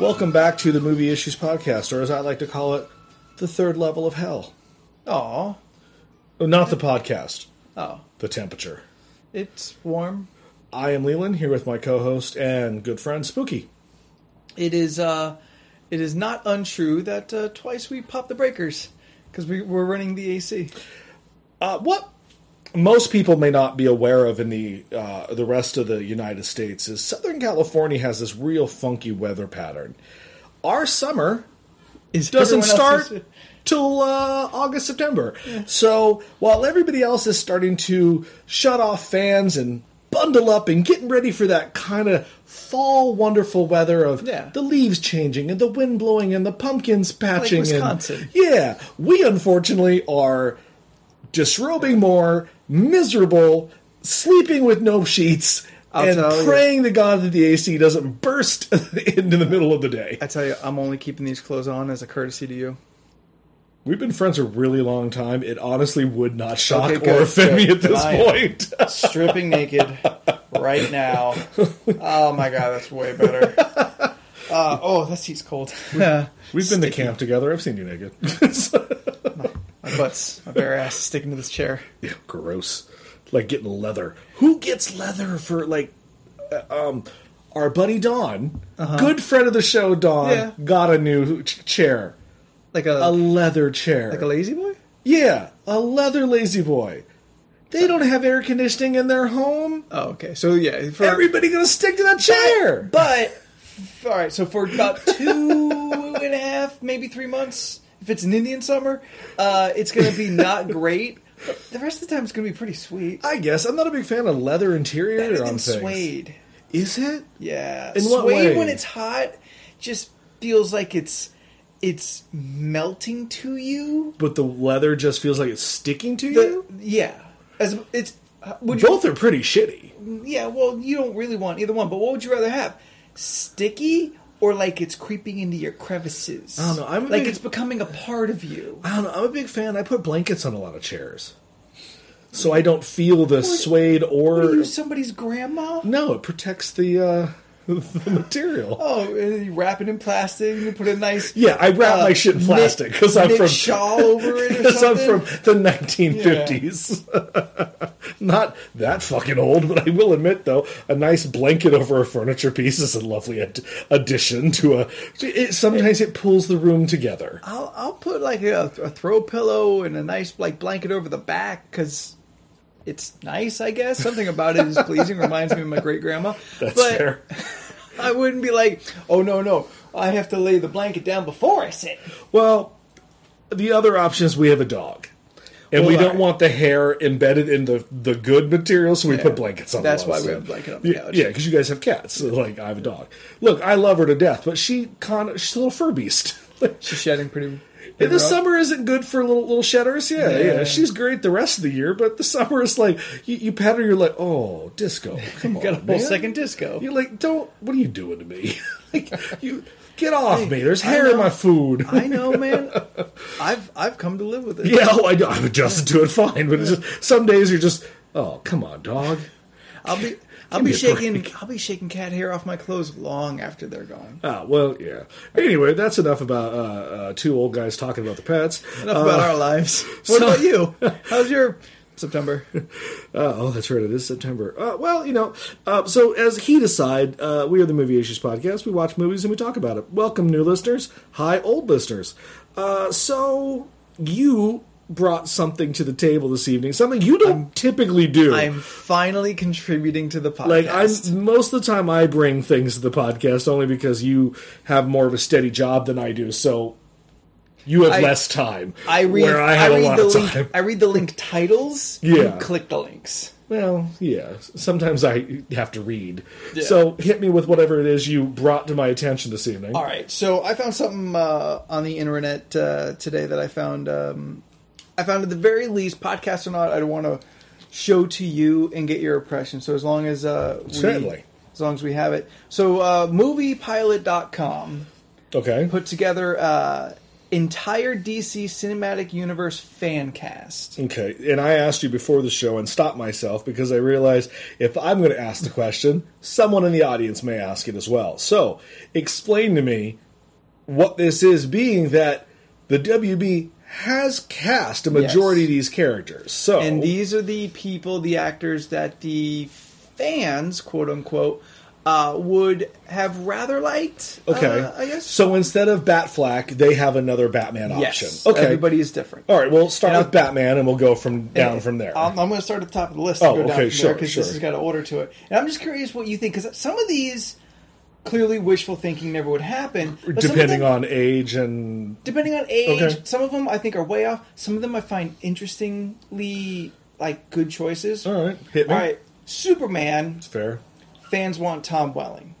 Welcome back to the Movie Issues Podcast, or as I like to call it, the third level of hell. Aw. Oh, Not the podcast, Oh. the temperature. It's warm. I am Leland, here with my co host and good friend Spooky. It is uh it is not untrue that uh, twice we popped the breakers because we were running the AC. Uh, what most people may not be aware of in the uh, the rest of the United States is Southern California has this real funky weather pattern. Our summer Is doesn't everyone else's- start till uh, August September. So while everybody else is starting to shut off fans and bundle up and getting ready for that kind of fall wonderful weather of Yeah. the leaves changing and the wind blowing and the pumpkins patching and- Wisconsin. yeah, we unfortunately are disrobing more, miserable, sleeping with no sheets. I'll tell and you. praying to God that the AC doesn't burst into the middle of the day. I tell you, I'm only keeping these clothes on as a courtesy to you. We've been friends a really long time. It honestly would not shock Okay, or good, offend me good. at this I am. point. Stripping naked right now. Oh my god, that's way better. Uh, oh, that seat's cold. my We've been to camp together. I've seen you naked. butts, my bare ass is sticking to this chair. Yeah, gross. Like getting leather. Who gets leather for like? uh, Um, our buddy Don, good friend of the show, Don Yeah. got a new ch- chair, Like a a leather chair. like a lazy boy. yeah, a leather lazy boy. They don't have air conditioning in their home. Oh, okay. So yeah, for, Everybody gonna stick to that chair. But all right, so for about two and a half, maybe three months, if it's an Indian summer, uh, it's going to be not great. But the rest of the time, it's going to be pretty sweet. I guess I'm not a big fan of leather interior Better on than things. suede. Is it? Yeah, In what suede way? when it's hot just feels like it's it's melting to you. But the leather just feels like it's sticking to The, you. yeah, as it's uh, would you, Both are pretty shitty. yeah. Well, you don't really want either one, but what would you rather have? Sticky. Or like it's creeping into your crevices. I don't know, I'm a like big- it's becoming a part of you. I don't know. I'm a big fan. I put blankets on a lot of chairs, so I don't feel the suede Are or you somebody's grandma? no. It protects the uh, the material. Oh, and you wrap it in plastic and you put a nice Yeah, I wrap uh, my shit in plastic because I'm knit from shawl over it or because I'm something. from the 1950s. Not that fucking old, but I will admit though, a nice blanket over a furniture piece is a lovely ad- addition to a. It, sometimes it pulls the room together. I'll I'll put like a, a throw pillow and a nice like blanket over the back because it's nice, I guess. Something about it is pleasing. Reminds me of my great grandma. That's but fair. I wouldn't be like, oh no no, I have to lay the blanket down before I sit. Well, the other option is we have a dog. And we Well, don't I- want the hair embedded in the, the good material, so we Yeah. put blankets on. That's the why walls. we have a blanket on the Yeah, couch. yeah, because you guys have cats. So, like, I have a dog. Look, I love her to death, but she con- she's a little fur beast. She's shedding pretty. And pretty the rough. summer isn't good for little little shedders. Yeah, yeah, Yeah. She's great the rest of the year, but the summer is like you, you pat her, you're like, oh, disco. Come on, got a whole man. second disco. You're like, don't. What are you doing to me? like, you get off me. There's I hair in know. my food. I know, man. I've I've come to live with it. Yeah, oh, I know. I'm adjusted to it fine, but it's just, some days you're just, oh, come on, dog. I'll be I'll Give me be a shaking I'll be shaking cat hair off my clothes long after they're gone. Ah, well, yeah. Anyway, that's enough about uh, uh, two old guys talking about the pets. Uh, Enough about our lives. What so- about you? How's your September? Uh, oh, that's right. It is September. Uh, well, you know, uh, so as he decide, uh, we are the Movie Issues Podcast. We watch movies and we talk about it. Welcome, new listeners. Hi, old listeners. Uh, so you brought something to the table this evening, something you don't typically do. I'm finally contributing to the podcast. like I most of the time I bring things to the podcast only because you have more of a steady job than I do, so you have I- less time. I read where I I have read a lot the of link time. I read the link titles. Yeah. You click the links. Well, yeah. Sometimes I have to read. Yeah. So hit me with whatever it is you brought to my attention this evening. All right, so I found something uh, on the internet uh, today that I found. Um, I found at the very least, podcast or not, I'd want to show to you and get your impression. So as long as uh, we, Certainly. as long as we have it. So uh, moviepilot.com Okay. put together uh, entire DC Cinematic Universe fan cast. Okay, and I asked you before the show and stopped myself because I realized if I'm going to ask the question, someone in the audience may ask it as well. So, explain to me what this is, being that the WB has cast a majority Yes. of these characters. So, And these are the people, the actors that the fans, quote unquote, uh, would have rather liked. uh, okay, I guess. so instead of Batflack, they have another Batman option. Yes. Okay, Everybody is different. All right, we'll start And with I'll- Batman, and we'll go from down from there. I'm, I'm going to start at the top of the list. Oh, and go down okay, from sure, Because sure. this has got an order to it. And I'm just curious what you think, because some of these clearly wishful thinking never would happen. but some of Depending them- on age and depending on age, Okay. some of them I think are way off. Some of them I find interestingly like good choices. all right, hit me. All right, Superman It's fair. fans want Tom Welling.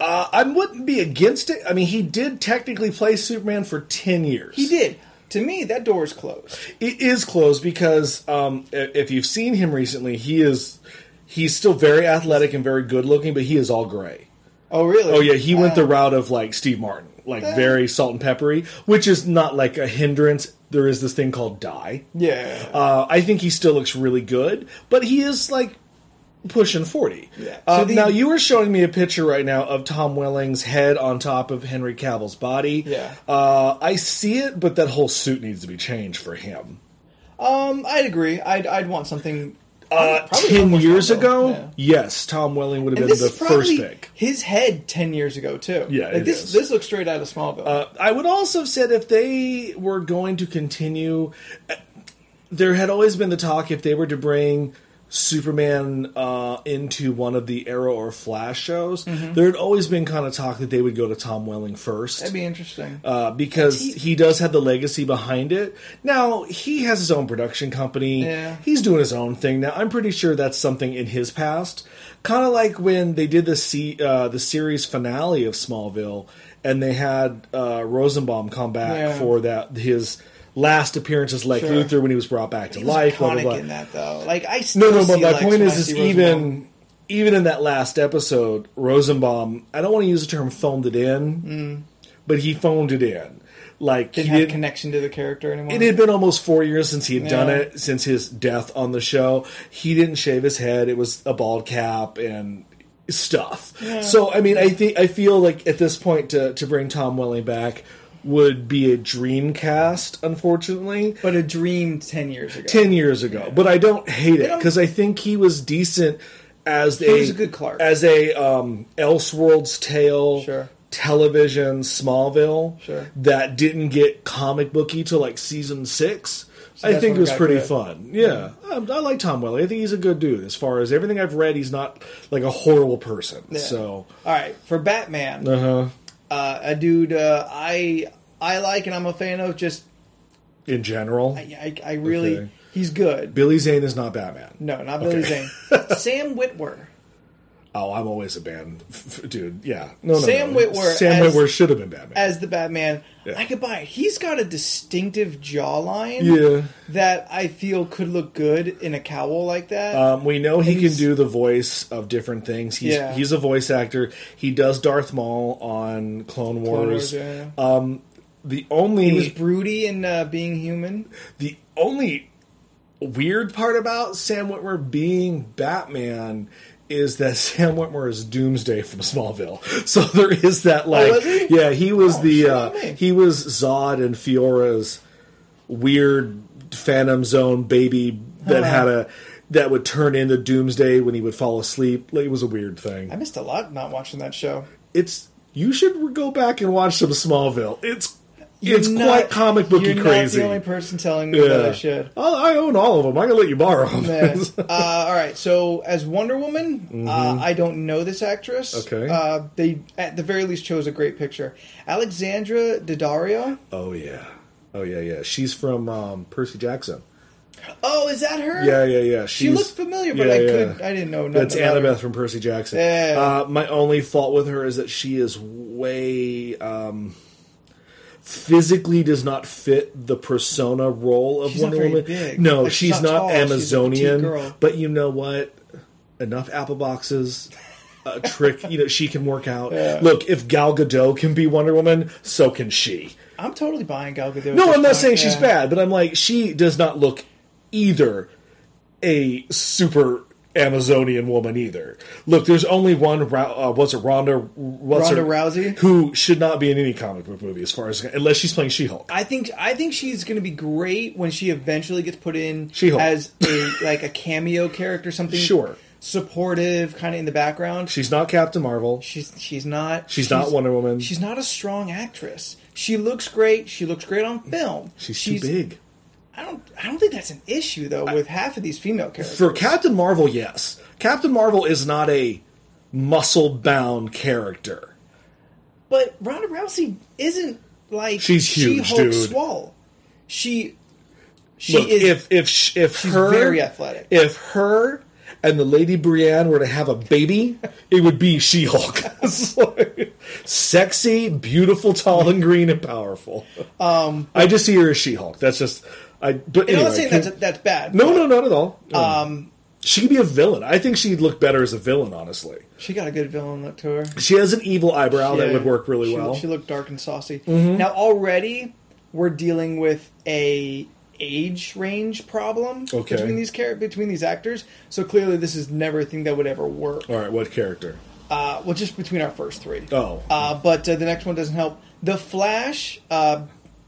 Uh, I wouldn't be against it. I mean, he did technically play Superman for ten years. He did. To me, that door is closed. It is close because um, i- if you've seen him recently, he is he's still very athletic and very good looking, but he is all gray. Oh really? Oh yeah, he went the route of like Steve Martin, like very salt and peppery, which is not like a hindrance. There is this thing called dye. Yeah. Uh, I think he still looks really good, but he is like pushing forty. Yeah. Uh, So the- now you were showing me a picture right now of Tom Welling's head on top of Henry Cavill's body. Yeah. Uh, I see it, but that whole suit needs to be changed for him. um, I'd agree. I'd I'd want something. Uh, probably ten almost years like that. ago, Yeah. yes, Tom Welling would have And been this the is probably first pick. his head ten years ago too. Yeah, like it this is. this looks straight out of Smallville. Uh, I would also have said if they were going to continue, uh, there had always been the talk if they were to bring Superman uh, into one of the Arrow or Flash shows, there had always been kind of talk that they would go to Tom Welling 1st Mm-hmm. That'd be interesting. uh, because he, does have the legacy behind it. Now he has his own production company. Yeah. He's doing his own thing now. I'm pretty sure that's something in his past, kind of like when they did the se- uh, the series finale of Smallville, and they had uh, Rosenbaum come back Yeah. for that his last appearance as Lex Sure. Luthor when he was brought back to He was life. blah, blah, iconic blah. in that though. Like I still No, no, but see my Lex point when I is, is see Rosenbaum. even even in that last episode, Rosenbaum. I don't want to use the term "phoned it in," Mm. but he phoned it in. Like didn't he have did- connection to the character anymore. It had been almost four years since he had done Yeah. it, since his death on the show. He didn't shave his head; it was a bald cap and stuff. So, I mean, I think I feel like at this point to to bring Tom Welling back would be a dream cast, unfortunately. but a dream ten years ago. 10 years ago but i don't hate it don't- because i think he was decent as a, was a good Clark. as a um elseworld's tale Sure. television smallville Sure. that didn't get comic booky till like season six i that's think when it it was got pretty good. fun yeah, Um, I, I like tom welling i think he's a good dude as far as everything i've read he's not like a horrible person so all right, for Batman, uh-huh uh, a dude uh, I I like and I'm a fan of. Just in general I, I really Okay. he's good. billy zane is not batman No, not Billy Okay. Zane. Sam Witwer. Oh, I'm always a band f- f- dude. Yeah, no, no, Sam no. Witwer Sam as- Witwer should have been Batman. as the Batman, Yeah. I could buy it. He's got a distinctive jawline Yeah. that I feel could look good in a cowl like that. um, we know he can he's- do the voice of different things. He's Yeah. he's a voice actor. He does Darth Maul on Clone Wars. Wars, yeah. Um, the he was only broody in uh, being human. the only weird part about Sam Witwer being Batman is that Sam Witwer is Doomsday from Smallville. So there is that like Oh, was he? yeah, he was Oh, the shit, uh, I mean. he was Zod and Fiora's weird Phantom Zone baby that Huh. had a that would turn into Doomsday when he would fall asleep. Like, it was a weird thing. I missed a lot not watching that show. It's you should go back and watch some Smallville. It's it's You're quite not- comic booky you're crazy. Not the only person telling me yeah. that I should. I'll- I own all of them. I can let you borrow them. Yeah. uh, all right. So as Wonder Woman, uh, I don't know this actress. Mm-hmm. Okay. Uh, they at the very least chose a great picture. Alexandra Daddario. Oh yeah. Oh yeah, yeah. She's from um, Percy Jackson. Oh, is that her? Yeah, yeah, yeah. She She's, looked familiar, but yeah, I yeah. could I didn't know. nothing That's about her. Annabeth from Percy Jackson. Yeah. Uh, my only fault with her is that she is way um, physically does not fit the persona role of She's not Wonder very Woman. big. No, Like, she's, she's not, not tall. She's a petite Amazonian. girl. But you know what? Enough apple boxes. A trick, you know, she can work out. Look, if Gal Gadot can be Wonder Woman, so can she. I'm totally buying Gal Gadot. at No, this I'm not point, saying she's yeah. bad, but I'm like she does not look either a super Amazonian woman either. Look, there's only one. Ra- Uh, what's it, Ronda? What's Ronda her- Rousey? who should not be in any comic book movie as far as unless she's playing She-Hulk. I think I think she's going to be great when she eventually gets put in She-Hulk. as a like a cameo character, something Sure. supportive, kind of in the background. She's not Captain Marvel. She's she's not She's not Wonder Woman. She's not a strong actress. She looks great. She looks great on film. She's, too big. I don't I don't think that's an issue though with half of these female characters. For Captain Marvel, yes. Captain Marvel is not a muscle-bound character. But Ronda Rousey isn't like She's huge, She-Hulk dude. swole. She she Look, is if if sh- if her very athletic. if her and the Lady Brienne were to have a baby, it would be She Hulk. Sexy, beautiful, tall and green, and powerful. Um, I just see her as She Hulk. That's just I. But I'm anyway, not saying can- that's that's bad. no, but no, not at all. Um, she could be a villain. I think she'd look better as a villain. Honestly, She got a good villain look to her. she has an evil eyebrow that Yeah. would work really She- well. She looked dark and saucy. Now already we're dealing with a age range problem Okay. between these char- between these actors. So clearly this is never a thing that would ever work. all right, what character? Uh, well, just between our first three. Oh. Uh, but uh, the next one doesn't help. The Flash, uh,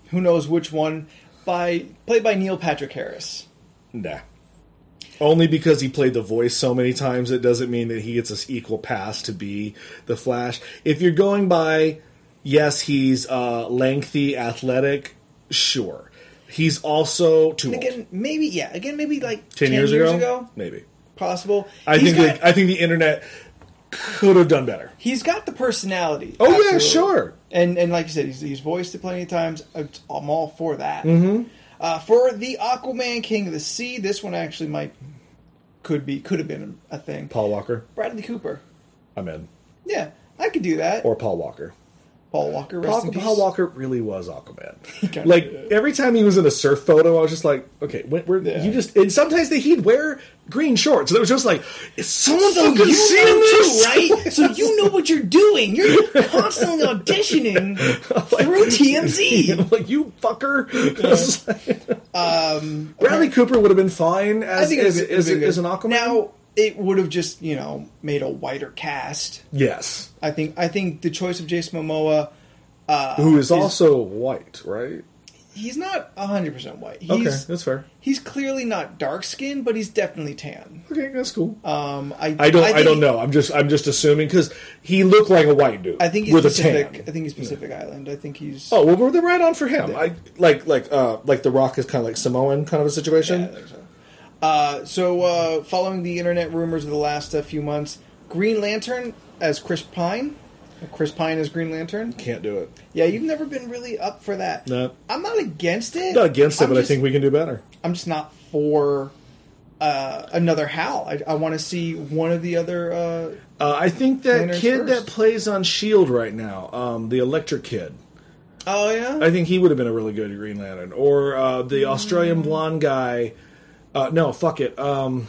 who knows which one, by played by Neil Patrick Harris. Nah. Only because he played the voice so many times, it doesn't mean that he gets this equal pass to be the Flash. If you're going by, yes, he's uh, lengthy, athletic, sure. He's also too old. Again, maybe yeah. Again, maybe like Ten, years, ago? maybe. possible. I He's think got, the, I think the internet could have done better. he's got the personality. Oh, yeah, sure. And and like you said, he's, he's voiced it plenty of times. I'm I'm all for that. Mm-hmm. Uh, for the Aquaman King of the Sea, this one actually might could be could have been a thing. Paul Walker, Bradley Cooper. I'm in. Yeah, I could do that. Or Paul Walker. Paul Walker. Rest Paul, in peace. Paul Walker really was Aquaman. kinda like did. every time he was in a surf photo, I was just like, okay, when, where, Yeah. you just. And sometimes they, he'd wear green shorts, and it was just like, is someone So fucking you seeing know too, this? right? So you know what you're doing. You're constantly auditioning Oh, through TMZ. I'm like you fucker. It's like- Um, Bradley Cooper would have been fine as it as, was- it as, was good. as an Aquaman. Now it would have just you know made a wider cast. yes, I think. I think the choice of Jason Momoa. uh, who is also white, right? He's not 100 percent white. He's, Okay, that's fair. He's clearly not dark skinned, but he's definitely tan. Okay, that's cool. Um, I, I don't. I, think- don't know. I'm just. I'm just assuming because he looked like a white dude. I think he's with a Pacific. tan. I think he's Pacific Island. I think he's. Oh well, we're the right on for him. I like like uh like the Rock is kind of like Samoan kind of a situation. Yeah, I think so. Uh, so, uh, following the internet rumors of the last uh, few months, Green Lantern as Chris Pine. Chris Pine as Green Lantern. Can't do it. Yeah, you've never been really up for that. No. I'm not against it. Not against it, I'm but just- I think we can do better. I'm just not for uh, another Hal. I, I want to see one of the other. Uh, Uh, I think that Lanterns kid first. that plays on Shield E right now, um, the Electric Kid. oh yeah. I think he would have been a really good Green Lantern, or uh, Mm. the Australian blonde guy. Uh, no, fuck it. Um,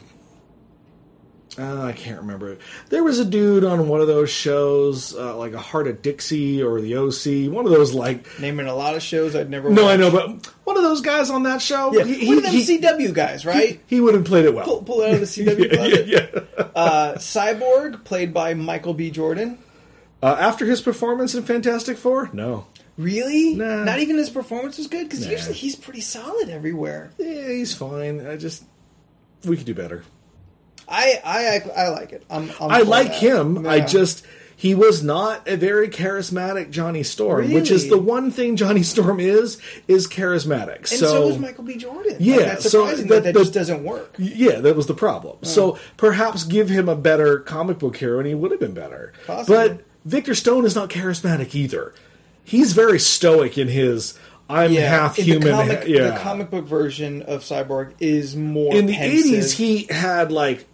uh, I can't remember. There was a dude on one of those shows, uh, like a Heart of Dixie or the OC, one of those like Naming a lot of shows I'd never. No, watched. I know, but one of those guys on that show, Yeah, he, he, one of them he- CW guys, right? he would have played it well. Pull, pull it out of the CW. closet. yeah, yeah. Uh, Cyborg, played by Michael B. Jordan. Uh, after his performance in Fantastic Four, no, Really? Nah. Not even his performance was good because Nah. usually he's pretty solid everywhere. yeah, he's fine. I just we could do better. I I I, I like it. I'm, I'm I for like that. him. I Yeah. just he was not a very charismatic Johnny Storm, which is the Really? one thing Johnny Storm is is charismatic. and so so, was Michael B. Jordan. Like, Yeah, that's so surprising that- that, that, that- just doesn't work. Yeah, that was the problem. So perhaps give him a better comic book hero, and he would have been better. Possibly. But Victor Stone is not charismatic either. He's very stoic in his "I'm Yeah, half in human." The comic, ha- yeah, the comic book version of Cyborg is more in the pensive. eighties, he had like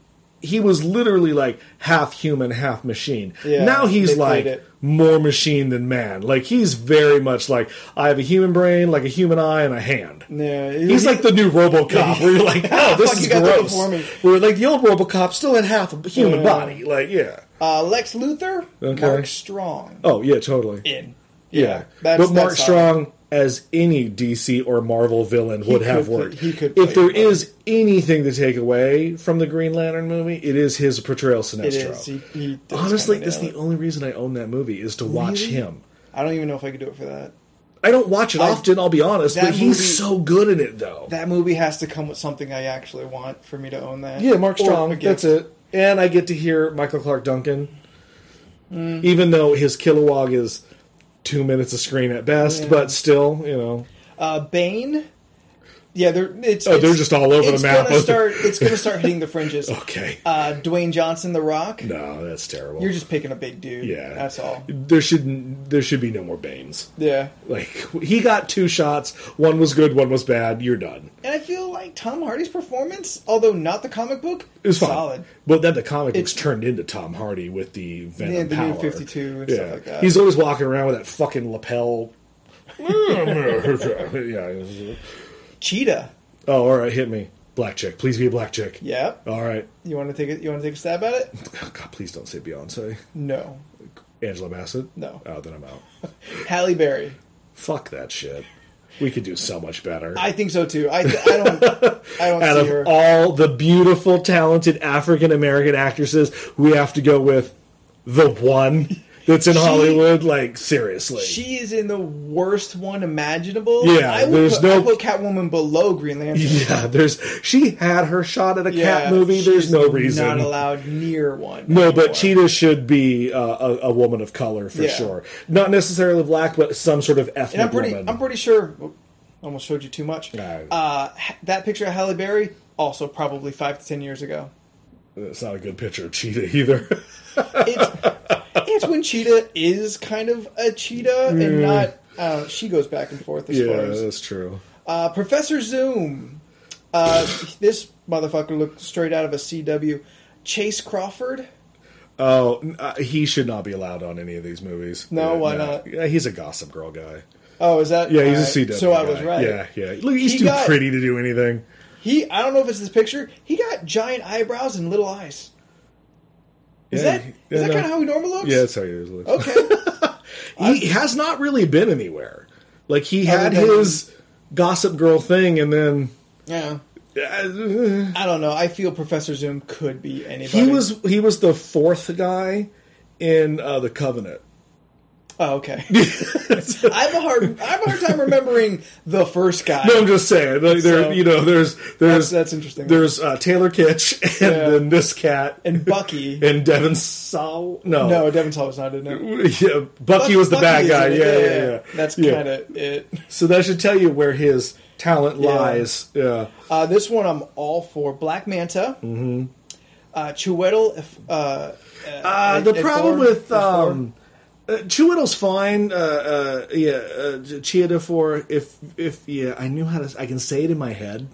he was literally like half human, half machine. Yeah, now they he's like played it. more machine than man. Like he's very much like I have a human brain, like a human eye, and a hand. yeah, He's like the new RoboCop, where you're like, oh, this Fuck, is you got that gross. before me. Where like the old RoboCop still had half a human Yeah. body, like yeah. uh, Lex Luthor, Okay. Mark Strong. Oh yeah, totally. In yeah, that's- but Mark that's solid. Strong as any DC or Marvel villain would could have play- worked. he could if play there it well. is anything to take away from the Green Lantern movie, it is his portrayal of Sinestro. It is. He, he does Honestly, kinda that's nail the it. only reason I own that movie is to watch Really? him. I don't even know if I could do it for that. I don't watch it I- often, I'll be honest, that but he's movie- so good in it though. That movie has to come with something I actually want for me to own that. yeah, Mark Or a Strong, gift. that's it. And I get to hear Michael Clark Duncan. Mm. Even though his kilowog is two minutes of screen at best, Yeah. but still, you know. Uh, Bane. Yeah, they're it's. Oh, they're it's- just all over the it's map. Oh. Gonna start, it's going to start hitting the fringes. Okay. Uh, Dwayne Johnson, The Rock. No, that's terrible. You're just picking a big dude. Yeah. that's all. there should there should be no more Banes. Yeah, Like he got two shots. One was good. One was bad. You're done. and I feel like Tom Hardy's performance, although not the comic book, It was fine. solid. But then the comic books turned into Tom Hardy with the Venom Yeah, the power. new 52 and stuff like that. He's always walking around with that fucking lapel. yeah. Cheetah. Oh, all right. Hit me, black chick. Please be a black chick. Yep. All right. You want to take it? You want to take a stab at it? Oh, God, please don't say Beyonce. No. Angela Bassett. No. Oh, then I'm out. Halle Berry. Fuck that shit. We could do so much better. I think so too. I, I don't. I don't out see of her. all the beautiful, talented African American actresses, we have to go with the one that's in She- Hollywood. Like seriously, she is in the worst one imaginable. Yeah, I would there's put, no- I put Catwoman below Green Lantern. yeah. There's she had her shot at a Yeah, cat movie. There's she's no reason. Not allowed near one. No, but anymore. Cheetah should be uh, a, a woman of color for Yeah. sure. Not necessarily black, but some sort of ethnic And I'm pretty. woman. I'm pretty sure. oh, Almost showed you too much. No. Uh, ha- that picture of Halle Berry also probably five to ten years ago. That's not a good picture of Cheetah either. It's, it's when Cheetah is kind of a cheetah and not. Uh, she goes back and forth as yeah, far as that's true. Uh, Professor Zoom. Uh, this motherfucker looked straight out of a CW. Chase Crawford. Oh, n- uh, he should not be allowed on any of these movies. No, Yeah, why not? Yeah, he's a Gossip Girl guy. Oh, is that? Yeah, he's a alright. CW. So I was guy. right. Yeah, yeah. Look, he's He too got- pretty to do anything. He. I don't know if it's this picture. He got giant eyebrows and little eyes. Is Yeah, that? he- Is yeah, that no. kind of how he normally looks? Yeah, that's how he is. looks. Okay. He has not really been anywhere. Like he had than- his Gossip Girl thing, and then yeah. uh, I don't know. I feel Professor Zoom could be anybody. he was he was the fourth guy in uh, the Covenant. Oh, okay. I have a hard. I have a hard time remembering the first guy. No, I'm just saying. Like, there, So- you know, there's there's that's, that's interesting. there's uh, Taylor Kitsch, and Yeah. then this cat, and Bucky. and Devin Saw. No, no, Devin Saw was not in it. Yeah, Bucky was the Bucky bad is guy. in Yeah, it. yeah, yeah, That's Yeah. kind of it. So that should tell you where his talent lies. Yeah. Uh, this one I'm all for. Black Manta. Mm-hmm. Uh, Chiwetel. If, uh, Uh, the Ed- Ed problem Forward? with Ed Forward? um, uh, Chiwetel's fine. Uh, uh, yeah, uh, Chiwetel for if if yeah, I knew how to. s- I can say it in my head,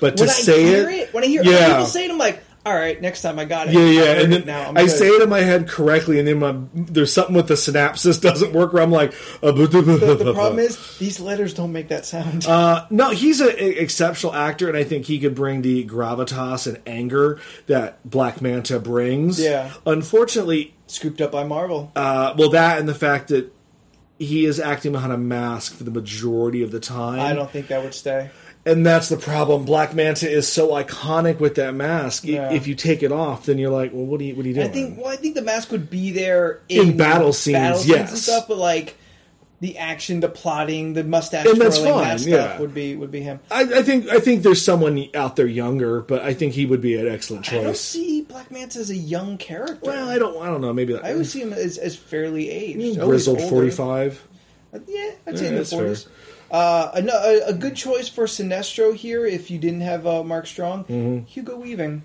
but to when I say hear it, it, when I hear yeah. other people say it, I'm like, all right, next time I got it. yeah, I yeah, heard and it then now I'm I good. say it in my head correctly, and then my there's something with the synapses doesn't work. Where I'm like, uh, The problem is these letters don't make that sound. Uh, no, he's an exceptional actor, and I think he could bring the gravitas and anger that Black Manta brings. Yeah. Unfortunately, Scooped up by Marvel. uh, well, that and the fact that he is acting behind a mask for the majority of the time. I don't think that would stay. and that's the problem. Black Manta is so iconic with that mask. I- Yeah. If you take it off, then you're like, well, what are you, what are you doing? I think. Well, I think the mask would be there In battle scenes, yes. and stuff. But like the action, the plotting, the mustache And that's twirling, fine, that stuff yeah. would be would be him. I, I think I think there's someone out there younger, but I think he would be an excellent I don't choice. see Black Manta as a young character. well, I don't I don't know. Maybe like I always see him as, as fairly aged. Oh, he's grizzled older. forty five. Yeah, I'd say Yeah, in the that's fair. forties. Uh, a, no- a, a good choice for Sinestro here, if you didn't have uh, Mark Strong, Mm-hmm. Hugo Weaving.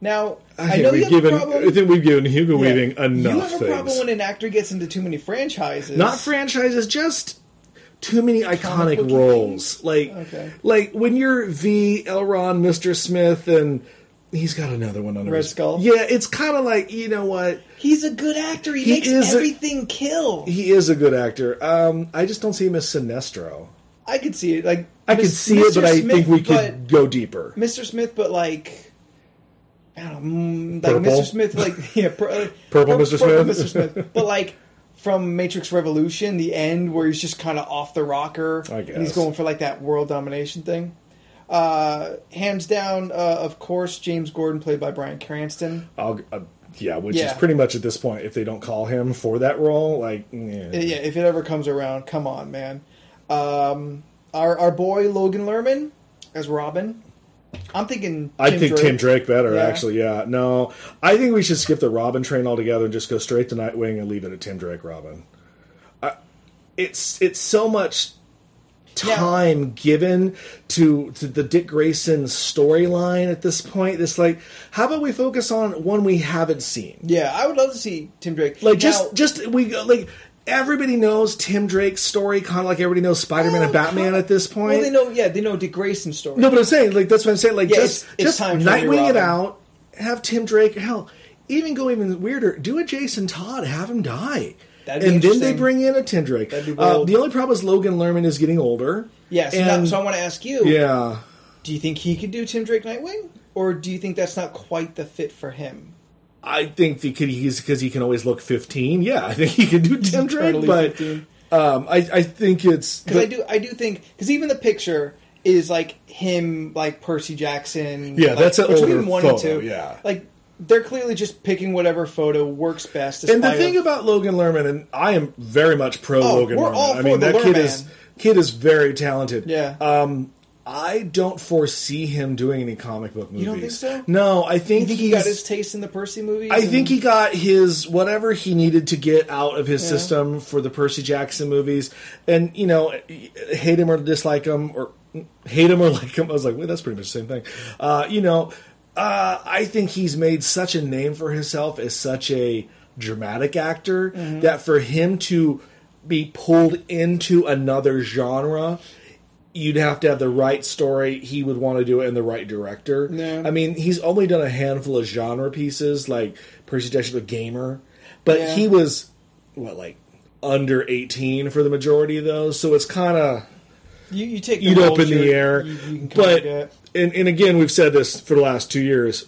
Now I, I think know we've you have Ah, given a problem. I think we've given Hugo yeah, Weaving enough You have a things. problem when an actor gets into too many franchises. Not franchises, just too many Comic iconic booky roles. Like Okay. like when you're V, Elron, Mr. Smith and he's got another one under Red his- Skull? Yeah, it's kind of like, you know what? He's a good actor. He, He makes is a- everything kill. He is a good actor. Um I just don't see him as Sinestro. I could see it. Like I could Mis- see Mr. it, but I Smith, think we but- could go deeper. Mr. Smith, but like. I don't know, mm, like Purple? Mr. Smith, like yeah, pur- Purple Mr. Smith? Mr. Smith, but like from Matrix Revolution, the end where he's just kind of off the rocker. I And he's guess. going for like that world domination thing. Uh, hands down, uh, of course, James Gordon, played by Brian Cranston. I'll, uh, yeah, which Yeah. is pretty much at this point, if they don't call him for that role, like, yeah. Yeah, if it ever comes around, come on, man. Um, our our boy Logan Lerman as Robin. I'm thinking. I think Tim Drake better, Yeah. actually. Yeah, no, I think we should skip the Robin train altogether and just go straight to Nightwing and leave it at Tim Drake Robin. I- it's it's so much Now- time given to, to the Dick Grayson storyline at this point. This like, how about we focus on one we haven't seen? Yeah, I would love to see Tim Drake. Like, just Now- just we go like. Everybody knows Tim Drake's story, kind of like everybody knows Spider-Man and Well, Batman kinda- at this point. Oh, well, they know. Yeah, they know Dick Grayson's story. No, but I'm saying like that's what I'm saying. Like Yeah, just it's- it's just time for a new Nightwing it Robin. out. Have Tim Drake. Hell, even go even weirder. Do a Jason Todd. Have him die. That'd be and then they interesting. bring in a Tim Drake. That'd be uh, wild. the only problem is Logan Lerman is getting older. yeah, so, now, and, so I want to ask you. yeah. Do you think he could do Tim Drake Nightwing, or do you think that's not quite the fit for him? I think the kid he's because he can always look 15. Yeah, I think he can do Tim Drake, totally but 15. um, I I think it's Because I do, I do think because even the picture is like him, like Percy Jackson. Yeah, like, that's an between older one photo, and two. yeah. like they're clearly just picking whatever photo works best. And the despite thing of- about Logan Lerman, and I am very much pro Oh, Logan we're Lerman. all I for mean, the that kid Lerman. is kid is very talented. Yeah. Um, I don't foresee him doing any comic book movies. don't think so? No, I think, you think he he's- got his taste in the Percy movies. I think and- he got his whatever he needed to get out of his system for the Percy Jackson movies, and you know, hate him or dislike him or hate him or like him. I was like, wait, that's pretty much the same thing. Uh, you know, uh, I think he's made such a name for himself as such a dramatic actor Mm-hmm. that for him to be pulled into another genre. You'd have to have the right story. He would want to do it, and the right director. I Yeah. mean. I mean, he's only done a handful of genre pieces, like Percy Jackson the Gamer, but Yeah. he was what like under eighteen for the majority of those. So it's kind of you, you take the eat up roles in the you're- air. you- you can kinda but get. and, and again, we've said this for the last two years: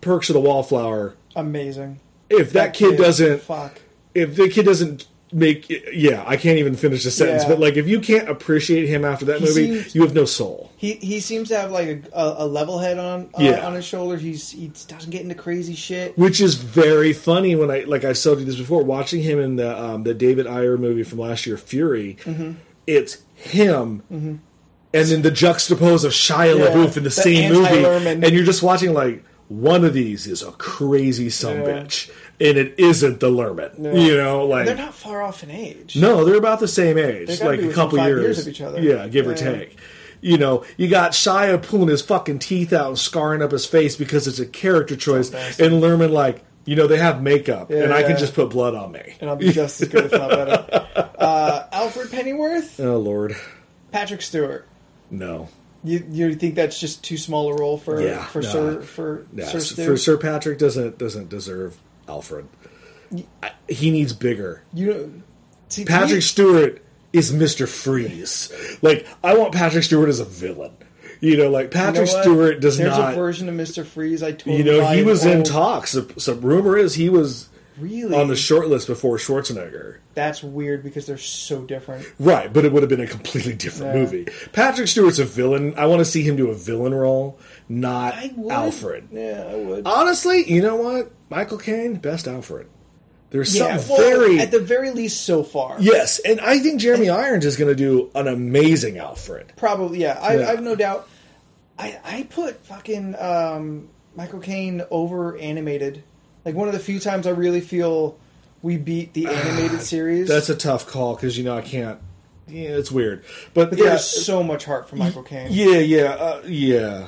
Perks of the Wallflower. amazing. If that, kid, doesn't, fuck. if the kid doesn't make, yeah, I can't even finish the sentence. Yeah. But like, if you can't appreciate him after that He movie, seems- you have no soul. He he seems to have like a, a, a level head on uh, Yeah. on his shoulder. He's he doesn't get into crazy shit. which is very funny when I like I've told you this before. Watching him in the um, the David Ayer movie from last year, Fury, Mm-hmm. it's him. And then the juxtapose of Shia Yeah, LaBeouf in the the same movie, anti-Lerman. and you're just watching like one of these is a crazy son Yeah. bitch, and it isn't the Lerman. You know, like They're not far off in age. no, they're about the same age, gotta like be a within couple five years. years of each other. Yeah, give or Yeah. take. You know, you got Shia pulling his fucking teeth out and scarring up his face because it's a character choice, Fantastic. and Lerman like, you know, they have makeup, and I can Yeah. just put blood on me. and I'll be just as good, if not better. Uh, Alfred Pennyworth, Oh Lord, Patrick Stewart. no, You you think that's just too small a role for Yeah, for nah. Sir for no. Sir Sir Stu? for Sir Patrick doesn't doesn't deserve Alfred. I, he needs bigger. You don't- see, to Patrick me- Stewart is Mr. Freeze. Like I want Patrick Stewart as a villain. You know, like you know Patrick what? Stewart does There's not. a version of Mister Freeze. I totally You know, buy he an was in old- talks. Some, some rumor is he was Really, on the short list before Schwarzenegger. that's weird because they're so different. Right, but it would have been a completely different Yeah. movie. Patrick Stewart's a villain. I want to see him do a villain role, not I would. Alfred. Yeah, I Uh, would. Honestly, you know what? Michael Caine, best Alfred. There's yeah, some well, very at the very least so far. yes, and I think Jeremy Irons is going to do an amazing Alfred. Probably, yeah. I, Yeah. I've no doubt. I I put fucking um, Michael Caine over animated. Like one of the few times I really feel we beat the animated series. That's a tough call because you know I can't. Yeah, it's weird, but, but yeah, there's so much heart for Michael Caine. Yeah, yeah, uh, yeah.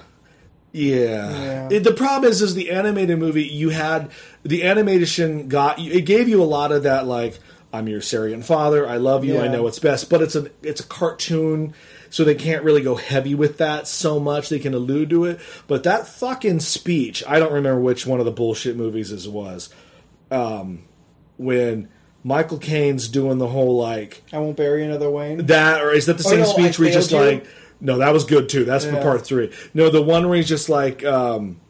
Yeah. Yeah. It- the problem is, is the animated movie you had the animation got it gave you a lot of that like I'm your Syrian father, I love you, I Yeah. know what's best, but it's a it's a cartoon, so they can't really go heavy with that so much. They can allude to it, but that fucking speech, I don't remember which one of the bullshit movies this was, um, when Michael Caine's doing the whole like I won't bury another Wayne. that or is that the same Oh, no, I speech where he's just failed you? like no that was good too that's for Yeah. part three no the one where he's just like um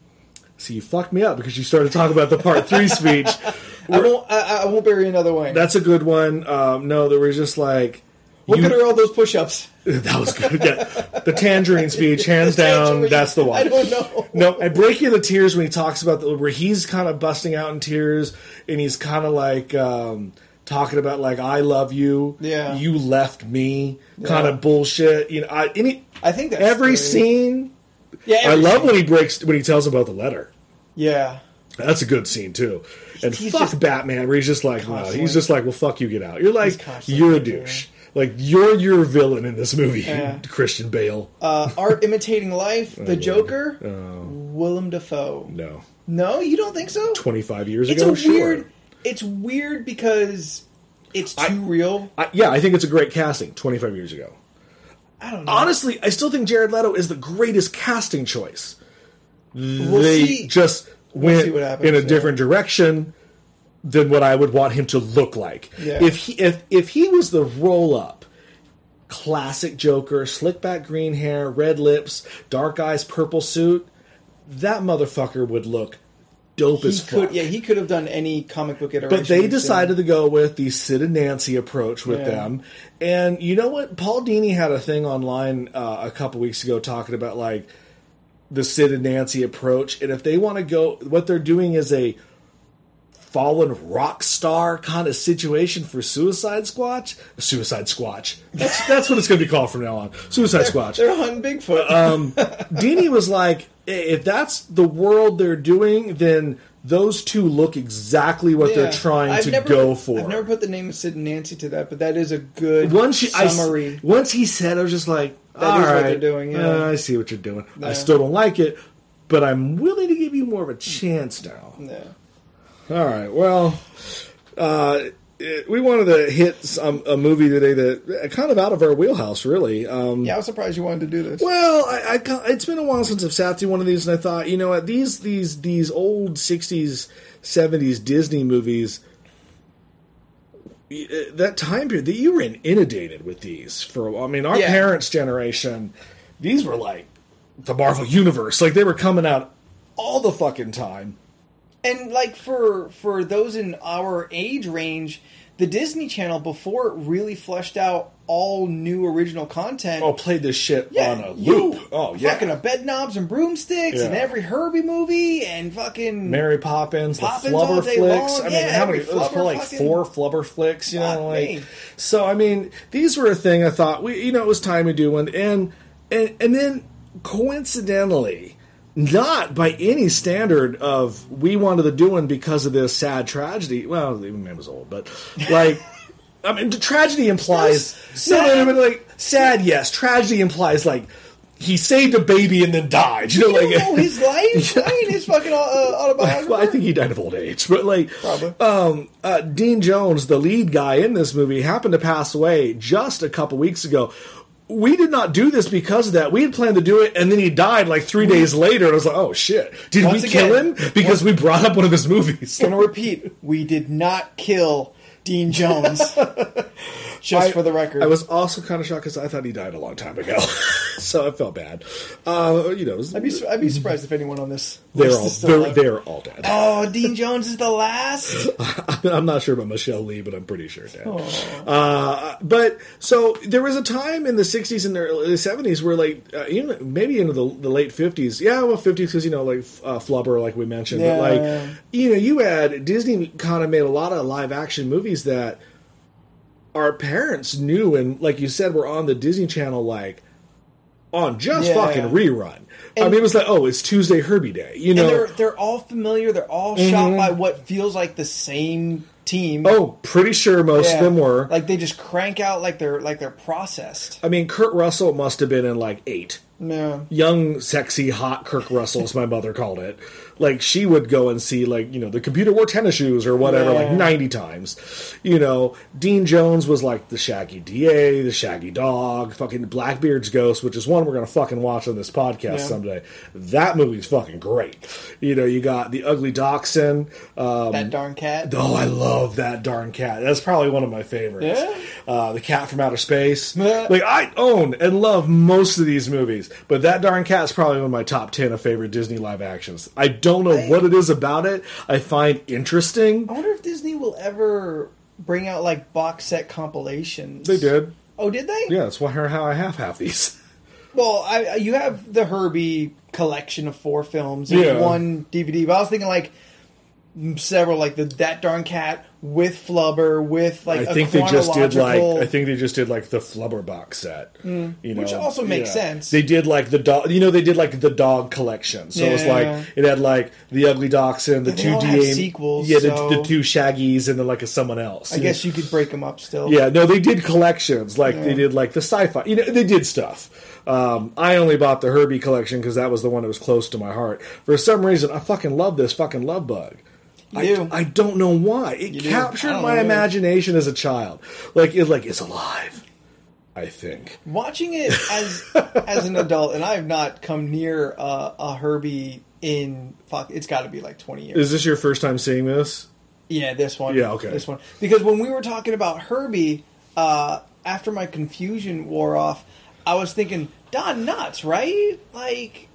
see you fucked me up because you started talking about the part three speech I won't. I, I won't bury another wing. That's a good one. Um, no, there was just like. Look you- at her all those push-ups. that was good. Yeah. The tangerine speech, hands down, Tangerine. that's the one. I don't know. No, I break you the tears when he talks about the where he's kind of busting out in tears and he's kind of like um, talking about like I love you, Yeah. you left me, kind Yeah. of bullshit. You know, I, any I think that's every three. scene. Yeah, I every love scene. when he breaks when he tells about the letter. Yeah, That's a good scene too. And He's fuck just Batman, where he's just like, no, constantly- he's just like, well, fuck you, get out. You're like, constantly you're a doing douche. Like you're your villain in this movie, Yeah. Christian Bale. uh, art imitating life. The Joker. Willem Dafoe. Oh. no, No, you don't think so? 25 years It's ago. a sure. weird. It's weird because it's too real. I, yeah, I think it's a great casting. 25 years ago. I don't know. Honestly, I still think Jared Leto is the greatest casting choice. We'll they see. just see went what happens, in a yeah. different direction than what I would want him to look like. Yeah. If he if if he was the roll up, classic Joker, slick back green hair, red lips, dark eyes, purple suit, that motherfucker would look dope as he could. fuck. Yeah, he could have done any comic book iteration. But they so- decided to go with the Sid and Nancy approach with Yeah. them. And you know what? Paul Dini had a thing online uh, a couple weeks ago talking about like the Sid and Nancy approach. And if they want to go, what they're doing is a fallen rock star kind of situation for Suicide Squatch. Suicide Squatch. That's, that's what it's going to be called from now on. Suicide Squatch. They're hunting Bigfoot. Uh, Dini was like, "I- if that's the world they're doing, then those two look exactly what Yeah. they're trying I've to never- go for. I've never put the name of Sid and Nancy to that, but that is a good once she, I, summary. once he said, I was just like, "All is what right, they're doing, yeah. uh, I see what you're doing. Yeah. I still don't like it, but I'm willing to give you more of a chance now." yeah. All right. Well, uh, it- we wanted to hit some, a movie today that uh, kind of out of our wheelhouse, really. Um, yeah, I was surprised you wanted to do this. Well, I, I ca- it's been a while since I've sat through one of these, and I thought, you know what, these these these old '60s, '70s Disney movies. y- uh, That time period that you were in, inundated with these for a while. I mean, our Yeah. parents' generation, these were like the Marvel Universe. Like they were coming out all the fucking time. And like for for those in our age range, the Disney Channel before it really fleshed out all new original content. Oh, played this shit Yeah, on a you loop. oh yeah, fucking a bed knobs and broomsticks and Yeah. every Herbie movie and fucking Mary Poppins, Mm. Poppins the all flubber day flicks. long. I mean, Yeah, how many? every It was probably flubber like fucking- four flubber flicks. You Fuck know, like me. so. I mean, these were a thing. I thought we, you know, it was time to do one, and and and then coincidentally. Not by any standard of we wanted to do one because of this sad tragedy. Well, even man was old, but like, I mean, the tragedy implies no, no, no, but like sad. Yes, tragedy implies like he saved a baby and then died. You know, You don't like know his life, right? His fucking uh, autobiography. well, I think he died of old age, but like, Probably. um, uh, Dean Jones, the lead guy in this movie, happened to pass away just a couple weeks ago. We did not do this because of that. We had planned to do it, and then he died like three days later. And I was like, "Oh shit! Did Once we again- kill him because we brought up one of his movies?" gonna repeat, we did not kill Dean Jones. Just for the record, I was also kind of shocked because I thought he died a long time ago, so I felt bad. Uh, you know, it was- I'd be, su- I'd be surprised if anyone on this they're list all is still they're, alive. they're all dead. Oh, Dean Jones is the last. I'm not sure about Michelle Lee, but I'm pretty sure dad. Uh, but so there was a time in the 60s and the early 70s where, like, uh, even maybe into the, the late 50s. Yeah, well, 50s because you know, like uh, Flubber, like we mentioned. Yeah. But like, you know, you had Disney kind of made a lot of live action movies that our parents knew and, like you said, were on the Disney Channel, like on just Yeah. fucking rerun. I And- mean, it was like, oh, it's Tuesday Herbie Day. You know, And they're they're all familiar. They're all shot by what feels like the same team. Mm-hmm. oh, pretty sure most Yeah. of them were. like they just crank out like they're like they're processed. I mean, Kurt Russell must have been in like eight. No, Young, sexy, hot Kirk Russell, as my mother called it. Like, she would go and see, like, you know, the computer wore tennis shoes or whatever, like Yeah. 90 times. You know, Dean Jones was like the Shaggy DA, the Shaggy Dog, fucking Blackbeard's Ghost, which is one we're going to fucking watch on this podcast someday. That movie's fucking great. You know, you got The Ugly Dachshund. Um, that darn cat. Oh, I love that darn cat. That's probably one of my favorites. Yeah? Uh, the cat from outer space. Yeah. like I own and love most of these movies. movies, but that darn cat's probably on my top ten of favorite Disney live actions. I don't know what it is about it. I find interesting. I wonder if Disney will ever bring out like box set compilations. They did. Oh, did they? Yeah, that's why how I have half these. Well, I, you have the Herbie collection of four films and Yeah. one DVD. But I was thinking like several, like the That Darn Cat with Flubber, with like I a think they just did like chronological- Mm. I think they just did like the flubber box set, you know, Which also makes yeah. sense. They did like the dog, you know, they did like the dog collection. So it's Yeah. like it had like the Ugly Dachshund, the They two all have DA sequels, yeah, the, so- the two Shaggies, and then like a someone else. I guess you could break them up still. Yeah, no, they did collections. Like they did like the sci-fi. You know, they did stuff. Um, I only bought the Herbie collection because that was the one that was close to my heart. For some reason, I fucking love this fucking love bug. I, do. I don't know why. It do. I captured don't my know. imagination as a child. Like it, like it's alive. I think. Watching it as as an adult, and I have not come near uh, a Herbie in fuck. It's got to be like twenty years. Is this your first time seeing this? Yeah, this one. Yeah, okay. This one. Because when we were talking about Herbie, uh, after my confusion wore off, I was thinking, Don Nuts, right? Like,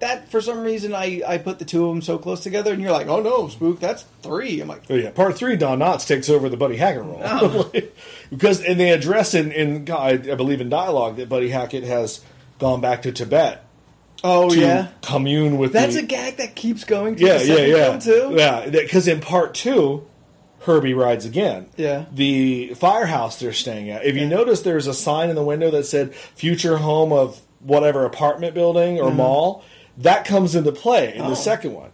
that, for some reason, I, I put the two of them so close together, and you're like, oh no, Spook, that's three. I'm like, Oh yeah, part three. Don Knotts takes over the Buddy Hackett role Oh. because, and they address in in I, I believe in dialogue that Buddy Hackett has gone back to Tibet oh to yeah. commune with. That's the, a gag that keeps going. through yeah, the yeah, second yeah, film, too. yeah. Because in part two, Herbie rides again. Yeah. the firehouse they're staying at. If you notice, there's a sign in the window that said "future home of whatever apartment building Mm-hmm. or mall." That comes into play in the second one.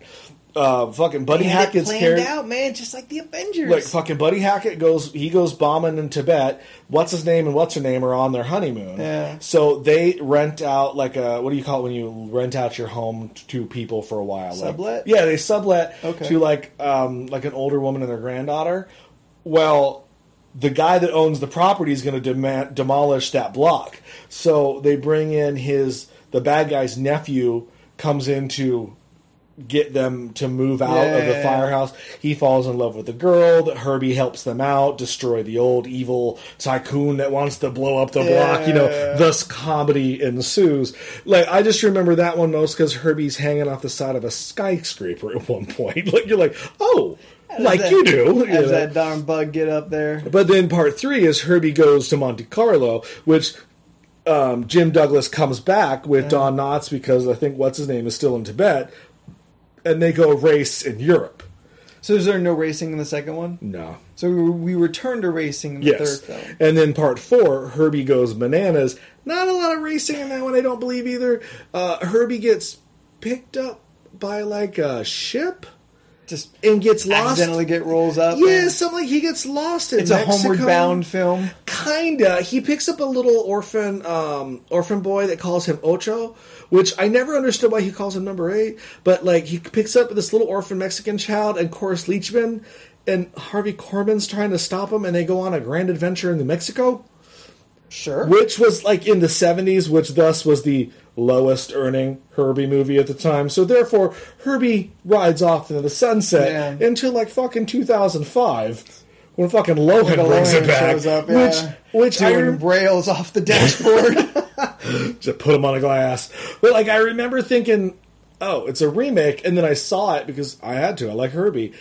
Uh, fucking Buddy Oh. And it Hackett's planned character. out, man, just like the Avengers. Like fucking Buddy Hackett goes, he goes bombing in Tibet. What's his name and what's her name are on their honeymoon. Yeah. So they rent out like a what do you call it when you rent out your home to people for a while? Like- Sublet? yeah, they sublet Okay. to like um, like an older woman and their granddaughter. Well, the guy that owns the property is going to demand demolish that block. So they bring in his the bad guy's nephew comes in to get them to move out of the Yeah. firehouse. He falls in love with a girl. That Herbie helps them out, destroy the old evil tycoon that wants to blow up the block. You know, Yeah. thus comedy ensues. Like I just remember that one most because Herbie's hanging off the side of a skyscraper at one point. Like you're like, oh, like that- you do. you How does know? that darn bug get up there? But then part three is Herbie goes to Monte Carlo, which um, Jim Douglas comes back with Don Knotts because I think what's his name is still in Tibet, and they go race in Europe. So is there no racing in the second one? No. So we, we return to racing in the Yes. third film. And then part four, Herbie goes bananas. Not a lot of racing in that one, I don't believe either. Uh, Herbie gets picked up by like a ship Just and gets lost. accidentally get rolls up. yeah, something like he gets lost in It's a Mexico. homeward bound film. kinda he picks up a little orphan um orphan boy that calls him ocho which i never understood why he calls him number eight but like he picks up this little orphan mexican child and Cloris leachman and harvey corman's trying to stop him and they go on a grand adventure in new mexico Sure. which was like in the 70s which thus was the lowest earning herbie movie at the time so therefore herbie rides off into the sunset Yeah. until like fucking 2005 when fucking Lohan brings it DeLorean back, shows up, yeah. which which I Doing rem- rails off the dashboard. to put them on a glass. But like I remember thinking, oh, it's a remake, and then I saw it because I had to. I like Herbie,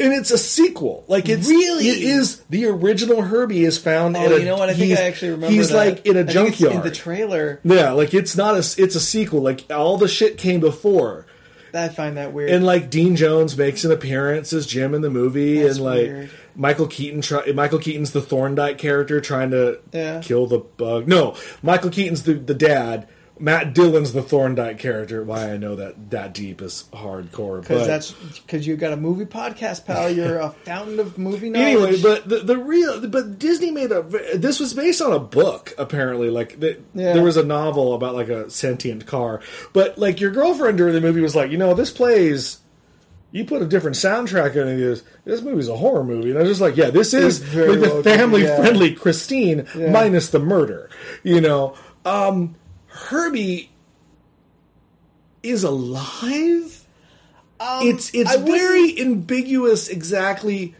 and it's a sequel. Like it's Really? it is the original Herbie is found. oh, in a, you know what? I think he's- I actually remember. He's that. like in a I think it's junkyard. In the trailer, yeah, like it's not a it's a sequel. Like all the shit came before. I find that weird. And like Dean Jones makes an appearance as Jim in the movie, That's and like weird. Michael Keaton. Try- Michael Keaton's the Thorndike character trying to Yeah. kill the bug. No, Michael Keaton's the, the dad. Matt Dillon's the Thorndike character. Why I know that that deep is hardcore, but because that's because you got a movie podcast, pal. You're a fountain of movie knowledge. anyway. But the, the real but Disney made a. This was based on a book apparently. Like the, Yeah. there was a novel about like a sentient car, but like your girlfriend during the movie was like, you know, this plays. You put a different soundtrack in it. This this movie's a horror movie, and I was just like, yeah, this is It's very like well the done, family friendly yeah. Christine Yeah. minus the murder. You know, um, Herbie is alive. Um, It's it's I wouldn't- very ambiguous. Exactly,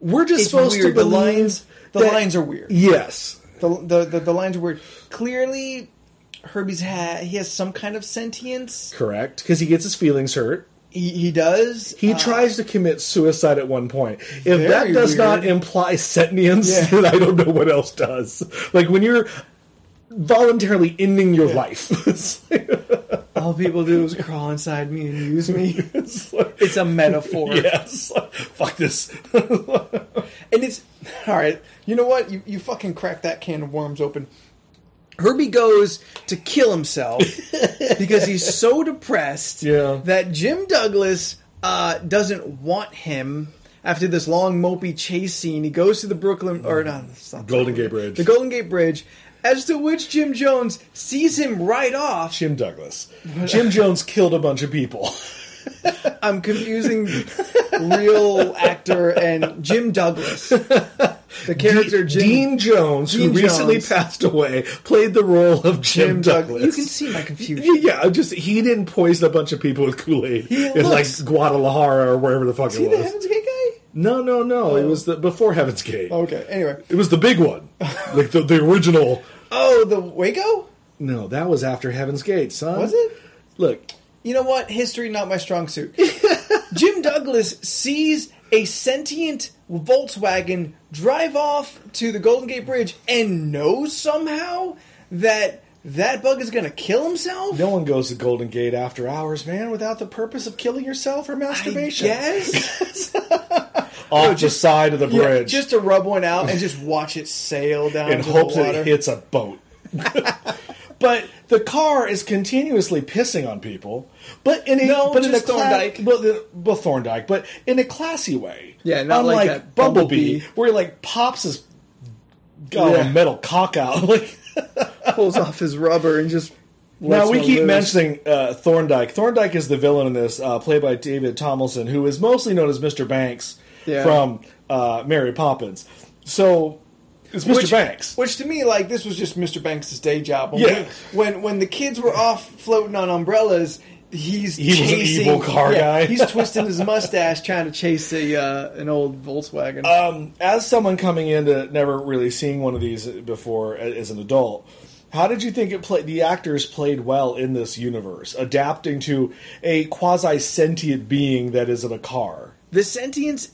we're just it's supposed weird. to the believe lines. The that- lines are weird. Yes, The, the the the lines are weird. Clearly, Herbie's ha- he has some kind of sentience. Correct, because he gets his feelings hurt. He, he does. He Uh, tries to commit suicide at one point. If that Very does not weird. imply sentience, Yeah. then I don't know what else does. Like when you're voluntarily ending your life, it's, like- all people do is crawl inside me and use me. it's like, It's a metaphor, yes, fuck this. and it's all right. You know what? You you fucking crack that can of worms open. Herbie goes to kill himself because he's so depressed Yeah. that Jim Douglas uh, doesn't want him. After this long mopey chase scene, he goes to the Brooklyn or not, it's not Golden Gate Bridge. the Golden Gate Bridge. As to which Jim Jones sees him right off. Jim Douglas. Jim Jones killed a bunch of people. I'm confusing real actor and Jim Douglas. The character Jim Dean Jones, who Dean recently Jones. passed away, played the role of Jim, Jim Doug- Douglas. You can see my confusion. Y- Yeah, just he didn't poison a bunch of people with Kool Aid in looks- like Guadalajara or wherever the fuck See Oh. it the was. Heaven's Gate guy? No, no, no. It was the before Heaven's Gate. Okay. Anyway. It was the big one, like the, the original. Oh, the Waco. No, that was after Heaven's Gate, son. Was it? Look, You know what? History not my strong suit. Jim Douglas sees a sentient Volkswagen drive off to the Golden Gate Bridge and knows somehow that that bug is going to kill himself. no one goes to Golden Gate after hours, man, without the purpose of killing yourself or masturbation. Yes. Off the side of the bridge just to rub one out and just watch it sail down in to hopes the that water. it hits a boat. but the car is continuously pissing on people, but in a No, but in a just Thorndike. Well, the, well, Thorndike, but in a classy way. Yeah, not like Unlike that Bumblebee, Bumblebee. where he like pops his god Yeah. metal cock out. Like pulls off his rubber and just. now lets we one keep loose. mentioning uh, Thorndike. Thorndike is the villain in this, uh, played by David Tomlinson, who is mostly known as Mr. Banks Yeah. from uh, Mary Poppins. So it's Mr. Which- Banks. Which to me, like this was just Mr. Banks' day job. When Yeah. we- when when the kids were off floating on umbrellas, he's He was an chasing, evil car guy. he's twisting his mustache trying to chase a uh, an old Volkswagen. um, as someone coming into never really seeing one of these before a- as an adult, how did you think it played? The actors played well in this universe, adapting to a quasi sentient being that is in a car. the sentience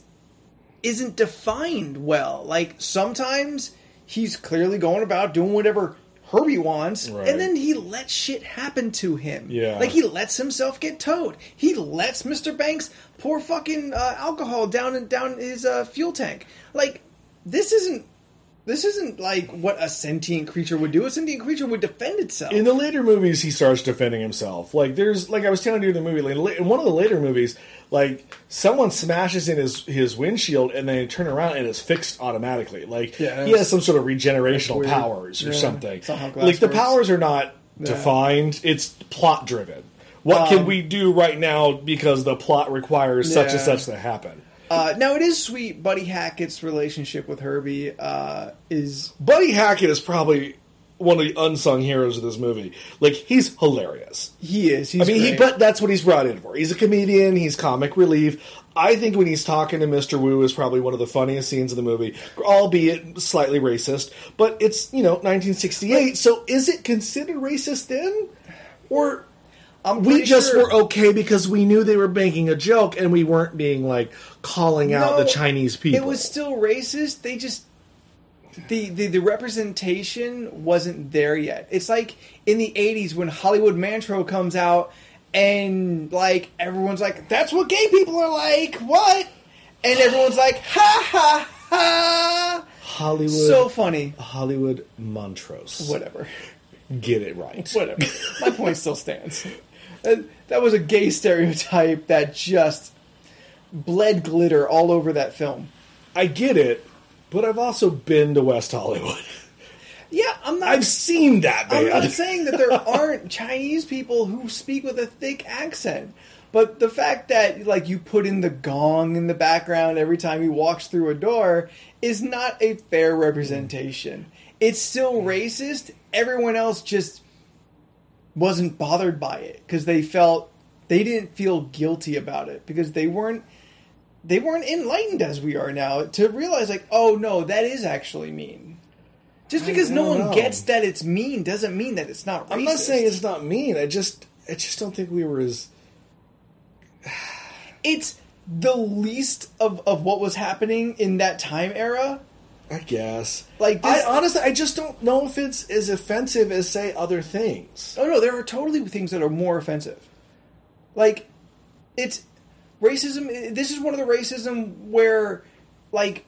isn't defined well. Like sometimes he's clearly going about doing whatever Herbie wants, Right. and then he lets shit happen to him. Yeah. like he lets himself get towed. He lets Mister Banks pour fucking uh, alcohol down and down his uh, fuel tank. Like this isn't. This isn't like what a sentient creature would do. A sentient creature would defend itself. In the later movies, he starts defending himself. Like there's, like I was telling you in the movie, like, la- in one of the later movies, like someone smashes in his his windshield and then they turn around and it's fixed automatically. Like Yeah, he has some sort of regenerational weird. powers or Yeah, something. it's not how glass Like the works. powers are not defined. It's plot driven. What can Um, we do right now because the plot requires such and Yeah. such to happen? uh, now it is sweet. Buddy Hackett's relationship with Herbie uh, is Buddy Hackett is probably one of the unsung heroes of this movie. Like he's hilarious. he is. He's I mean, he, great. but that's what he's brought in for. He's a comedian. He's comic relief. I think when he's talking to Mr. Wu is probably one of the funniest scenes in the movie, albeit slightly racist. But it's you know 1968, so is it considered racist then, or I'm we pretty just sure- were okay because we knew they were making a joke and we weren't being like calling out the No, Chinese people? It was still racist. They just the, the the representation wasn't there yet. It's like in the '80s when Hollywood Mantro comes out and like everyone's like, "That's what gay people are like." What? And everyone's like, "Ha ha ha!" Hollywood, So funny. Hollywood Montrose. Whatever. Get it right. Whatever. My point still stands. And that was a gay stereotype that just bled glitter all over that film. I get it, but I've also been to West Hollywood. Yeah, I'm not. I've seen that I'm man. not saying that there aren't Chinese people who speak with a thick accent, but the fact that like you put in the gong in the background every time he walks through a door is not a fair representation. It's still racist. Everyone else just wasn't bothered by it because they felt they didn't feel guilty about it because they weren't they weren't enlightened as we are now to realize like oh no that is actually mean Just because I no don't one know. gets that it's mean doesn't mean that it's not. Racist. I'm not saying it's not mean. I just I just don't think we were as it's the least of of what was happening in that time era. I guess. Like this- I honestly I just don't know if it's as offensive as say other things. Oh no, there are totally things that are more offensive. Like it's racism. This is one of the racism where, like,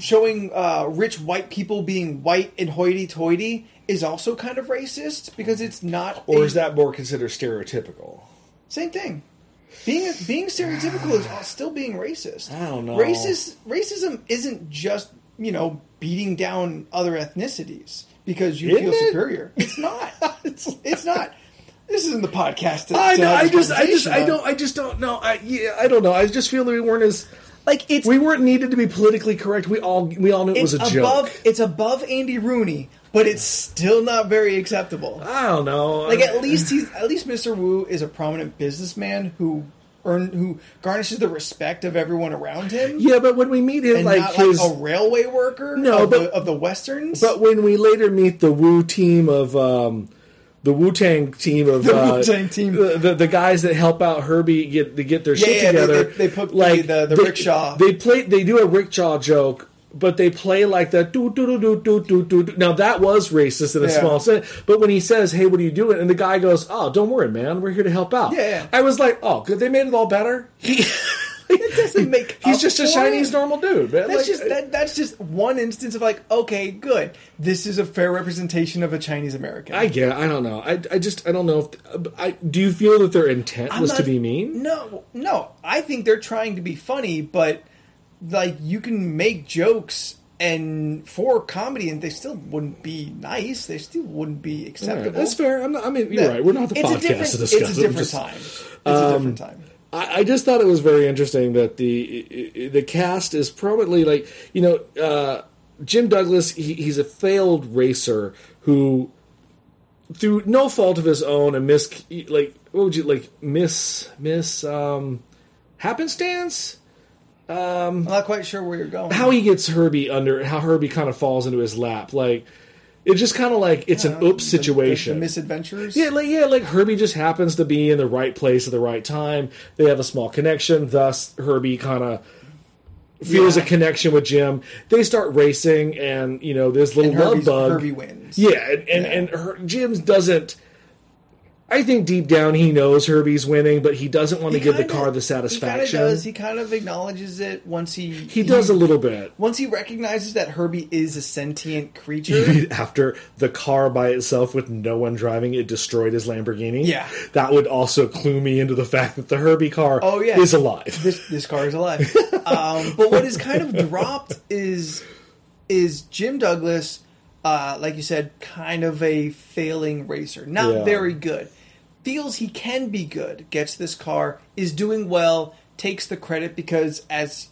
showing uh, rich white people being white and hoity-toity is also kind of racist because it's not. Or a- is that more considered stereotypical? same thing? Being being stereotypical is all- still being racist. I don't know. Racist racism isn't just you know beating down other ethnicities because you Isn't feel it? superior. It's not. it's, not. This isn't the podcast. To, I to know, have I this just I just I conversation don't I just don't know. I yeah, I don't know. I just feel that we weren't as Like it's we weren't needed to be politically correct. We all we all knew it it's was a above joke. it's above Andy Rooney, but it's still not very acceptable. I don't know. Like at least he's at least Mr. Wu is a prominent businessman who earn who garnishes the respect of everyone around him. yeah, but when we meet him, and like not his, like a railway worker No, of, but- the, of the westerns. But when we later meet the Wu team of um, the Wu Tang team of The uh, Wu-Tang team. the, the the guys that help out Herbie get to get their shit yeah, they- together, they- they put the- the- the they- rickshaw. They play. They do a rickshaw joke. But they play like that. Doo, doo, doo, doo, doo, doo, doo, doo. Now that was racist in a Yeah. small sense. But when he says, "Hey, what are you doing?" and the guy goes, "Oh, don't worry, man. We're here to help out." Yeah, yeah. I was like, "Oh, good. They made it all better." He, it doesn't make. he's up just a for Chinese it. normal dude, man. Oh, That's Like, uh, just that, that's just one instance of like, okay, good. This is a fair representation of a Chinese American. I get. I don't know. I, I just I don't know. If, I do you feel that their intent I'm was to not- be mean? No, no. I think they're trying to be funny, but like you can make jokes and for comedy, and they still wouldn't be nice. They still wouldn't be All right, acceptable. that's fair. I'm not, I mean, you're right. We're not the it's a podcast different, to discuss. It's a it. I'm different just- um, time. It's a different time. I, I just thought it was very interesting that the i- i- the cast is prominently like you know uh, Jim Douglas. He, he's a failed racer who, through no fault of his own, a mis like what would you like miss miss um, happenstance. I'm not quite sure where you're going. how he gets Herbie under how Herbie kind of falls into his lap. Like it's just kind of like it's an oops The- the- situation. the misadventures. yeah, like yeah, like Herbie just happens to be in the right place at the right time. They have a small connection, thus Herbie kind of feels Yeah. a connection with Jim. They start racing, and you know this little and love Herbie's, bug. Herbie wins. Yeah, and and, and her, Jim's doesn't. I think deep down he knows Herbie's winning, but he doesn't want to give the Kinda- car the He satisfaction. kind of does. He kind of acknowledges it once he he does a little bit. once he recognizes that Herbie is a sentient You creature. mean after the car by itself with no one driving it destroyed his Lamborghini? Yeah. That would also clue me into the fact that the Herbie car Oh, yeah. is alive. this this car is alive. um, but what is kind of dropped is is Jim Douglas, uh, like you said, kind of a failing racer, not Yeah. very good. Feels he can be good. Gets this car, is doing well, takes the credit because as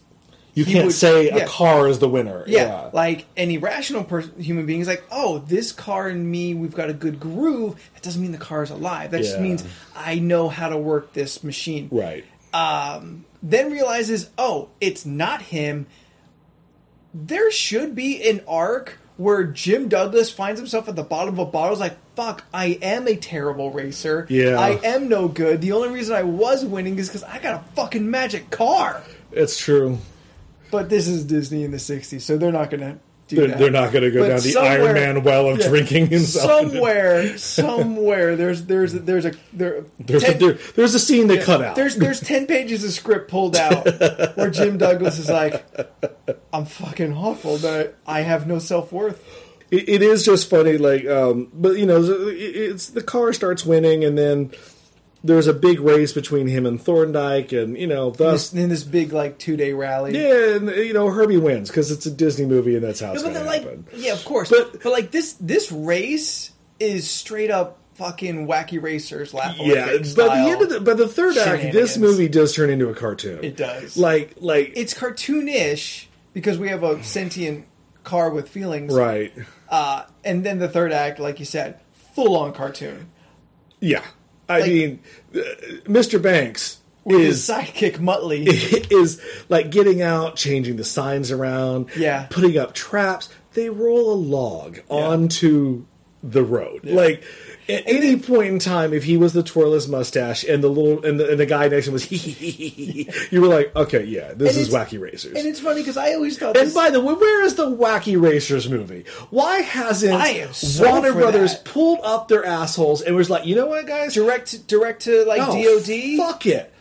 You he can't would- say yeah. a car is the winner. Yeah, like any rational person, human being is like, oh, this car and me, we've got a good groove. That doesn't mean the car is alive. That just Yeah. means I know how to work this machine. Right. Then realizes, oh, it's not him. There should be an arc where Jim Douglas finds himself at the bottom of a bottle. Is like, fuck, I am a terrible racer. Yeah. I am no good. The only reason I was winning is because I got a fucking magic car. It's true. But this is Disney in the '60s, so they're not gonna. Do They're, that. they're not going to go But down the somewhere- Iron Man well of yeah. drinking himself. into- somewhere, somewhere. There's there's there's a there, There's, ten, a, there- there's a scene they cut out. there's there's ten pages of script pulled out where Jim Douglas is like, I'm fucking awful. That I have no self worth. it, it is just funny like um but you know it- it's the car starts winning and then there's a big race between him and thorndike and you know thus In this big like two day rally. yeah and you know herbie wins because it's a disney movie and that's how it's going but then to like happen yeah, of course. But But- but like this this race is straight up fucking wacky racers laugh. yeah Olympic by the style. end of the by the third act shenanigans. this movie does turn into a cartoon It does. like like it's cartoonish because we have a sentient car with feelings. right Uh, and then the third act, like you said, full on cartoon. yeah i Like- mean uh, mr banks is His sidekick Muttley. is like getting out, changing the signs around, Yeah. putting up traps, they roll a log onto the road. Like at any point in time, if he was the twirlless mustache and the little and the, and the guy next to him was hee hee hee hee, hee, you were like, okay, yeah, this And is it's- wacky racers. And it's funny because I always thought And this, by the way, where is the Wacky Racers movie? Why hasn't I am so Warner for Brothers that. pulled up their assholes and was like, you know what, guys? direct direct to like No, DOD. Oh, Fuck it.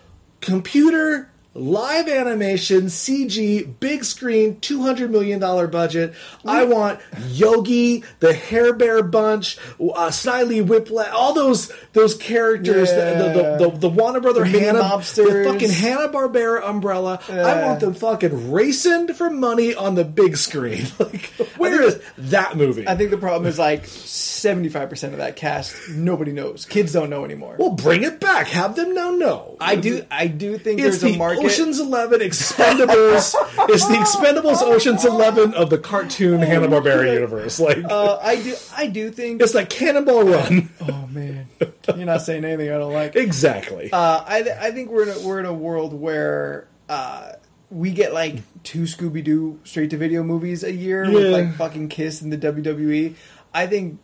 Computer, live animation, CG, big screen, $200 million budget. I want Yogi, the Hair Bear Bunch, uh, Snidely Whiplash, all those those characters, the, the, the, the, the Warner Brother Mini Hanna, Mobsters. the fucking Hanna-Barbera umbrella. I want them fucking racing for money on the big screen. Like, where is that movie? I think the problem is like seventy five percent of that cast nobody knows. Kids don't know anymore. well, bring it back. Have them now know. I do I do think It's there's the a market. Ocean's Eleven Expendables. it's the Expendables Ocean's Eleven of the cartoon Oh, Hanna Barbera universe. Like Uh, I do I do think. it's like Cannonball Run. Oh man, you're not saying anything I don't like. exactly. Uh, I th- I think we're in a, we're in a world where uh, we get like two Scooby Doo straight to video movies a year with Yeah. like fucking Kiss and the WWE. I think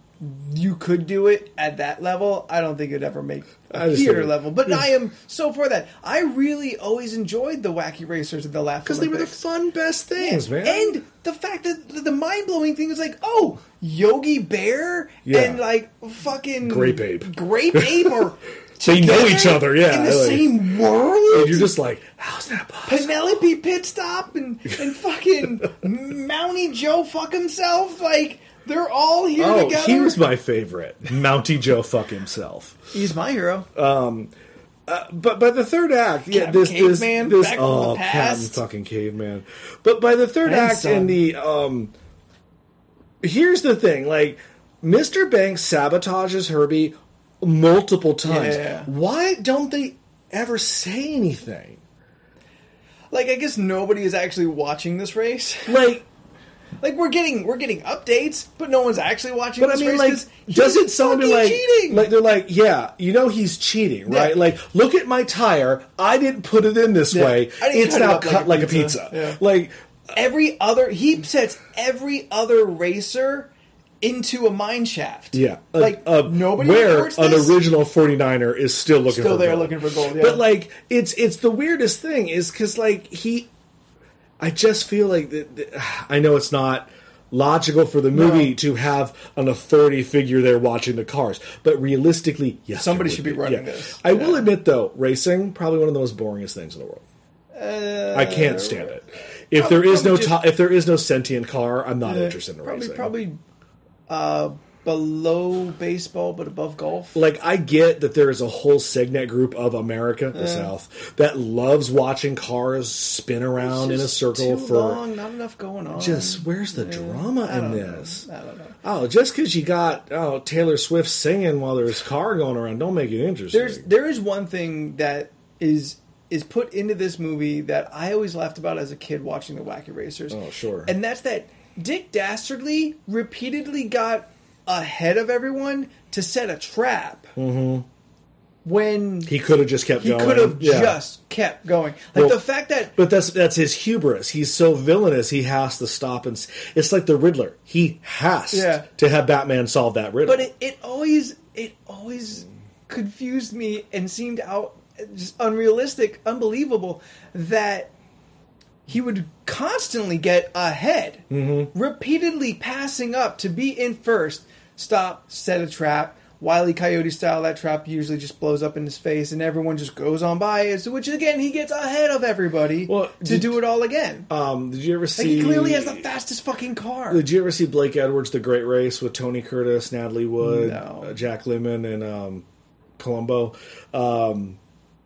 you could do it at that level. I don't think it'd ever make I a understand. theater level, but I am so for that. I really always enjoyed the Wacky Racers and the Laugh Because they were the fun, best things, man. and the fact that the, the mind blowing thing is like, oh, Yogi Bear Yeah. and like fucking Grape Ape. Grape Ape or They know each other, yeah, in the like- same And world. you're just like, how's that possible? Penelope Pitstop and and fucking Mountie Joe fuck himself. Like they're all here Oh, together. he was my favorite. Mounty Joe fuck himself. He's my hero. but by the third act, yeah, Captain this this, Caveman, this back from the oh, Captain past. fucking caveman. But by the third act Grandson. in the um, here's the thing, like Mr. Banks sabotages Herbie multiple times. Yeah. Why don't they ever say anything? like I guess nobody is actually watching this race. Like, Like we're getting we're getting updates, but no one's actually watching. but I this mean, race like, 'cause doesn't he's someone be fucking like, cheating? like they're like, yeah, you know he's cheating, right? Yeah. Like, look at my tire. I didn't put it in this way. I didn't It's cut it now up like cut a like a pizza." pizza. Yeah. Like. every other he sets every other racer into a mine shaft. Yeah, Uh, like uh, nobody where reports an this. original 49er is still looking Still for there gold. looking for gold, yeah. But like it's it's the weirdest thing is cuz like he I just feel like that, that- I know it's not logical for the movie to have an authority figure there watching the cars, but realistically, yes, Somebody there should would be running Yeah. this. I will admit though, racing probably one of the most boringest things in the world. Uh, I can't stand it. If there is no probably to- if there is no sentient car, I'm not interested in probably racing. probably uh, below baseball but above golf. like I get that there is a whole segment group of America, the South, that loves watching cars spin around in a Just circle too for long, not enough going on. just where's the drama I in don't know. this? I don't know. Oh, just because you got oh Taylor Swift singing while there's a car going around, don't make it interesting. There's there is one thing that is is put into this movie that I always laughed about as a kid watching the Wacky Racers. Oh, sure. And that's that Dick Dastardly repeatedly got ahead of everyone to set a trap. Mm-hmm. When he he, could have just kept going. could have Yeah. just kept going, like Well- the fact that But that's that's his hubris. He's so villainous. He has to stop and. s- It's like the Riddler. He has Yeah. to have Batman solve that riddle. but it, it always it always confused me and seemed out just unrealistic unbelievable that he would constantly get ahead Mm-hmm. repeatedly passing up to be in first stop set a trap Wiley Coyote style, that trap usually just blows up in his face, and everyone just goes on by it. So, which again, he gets ahead of everybody Well, to did- do it all again. um, did you ever like see? he clearly has the fastest fucking car. Did you ever see Blake Edwards' The Great Race with Tony Curtis, Natalie Wood, No. uh, Jack Lemmon, and um, Columbo? Um,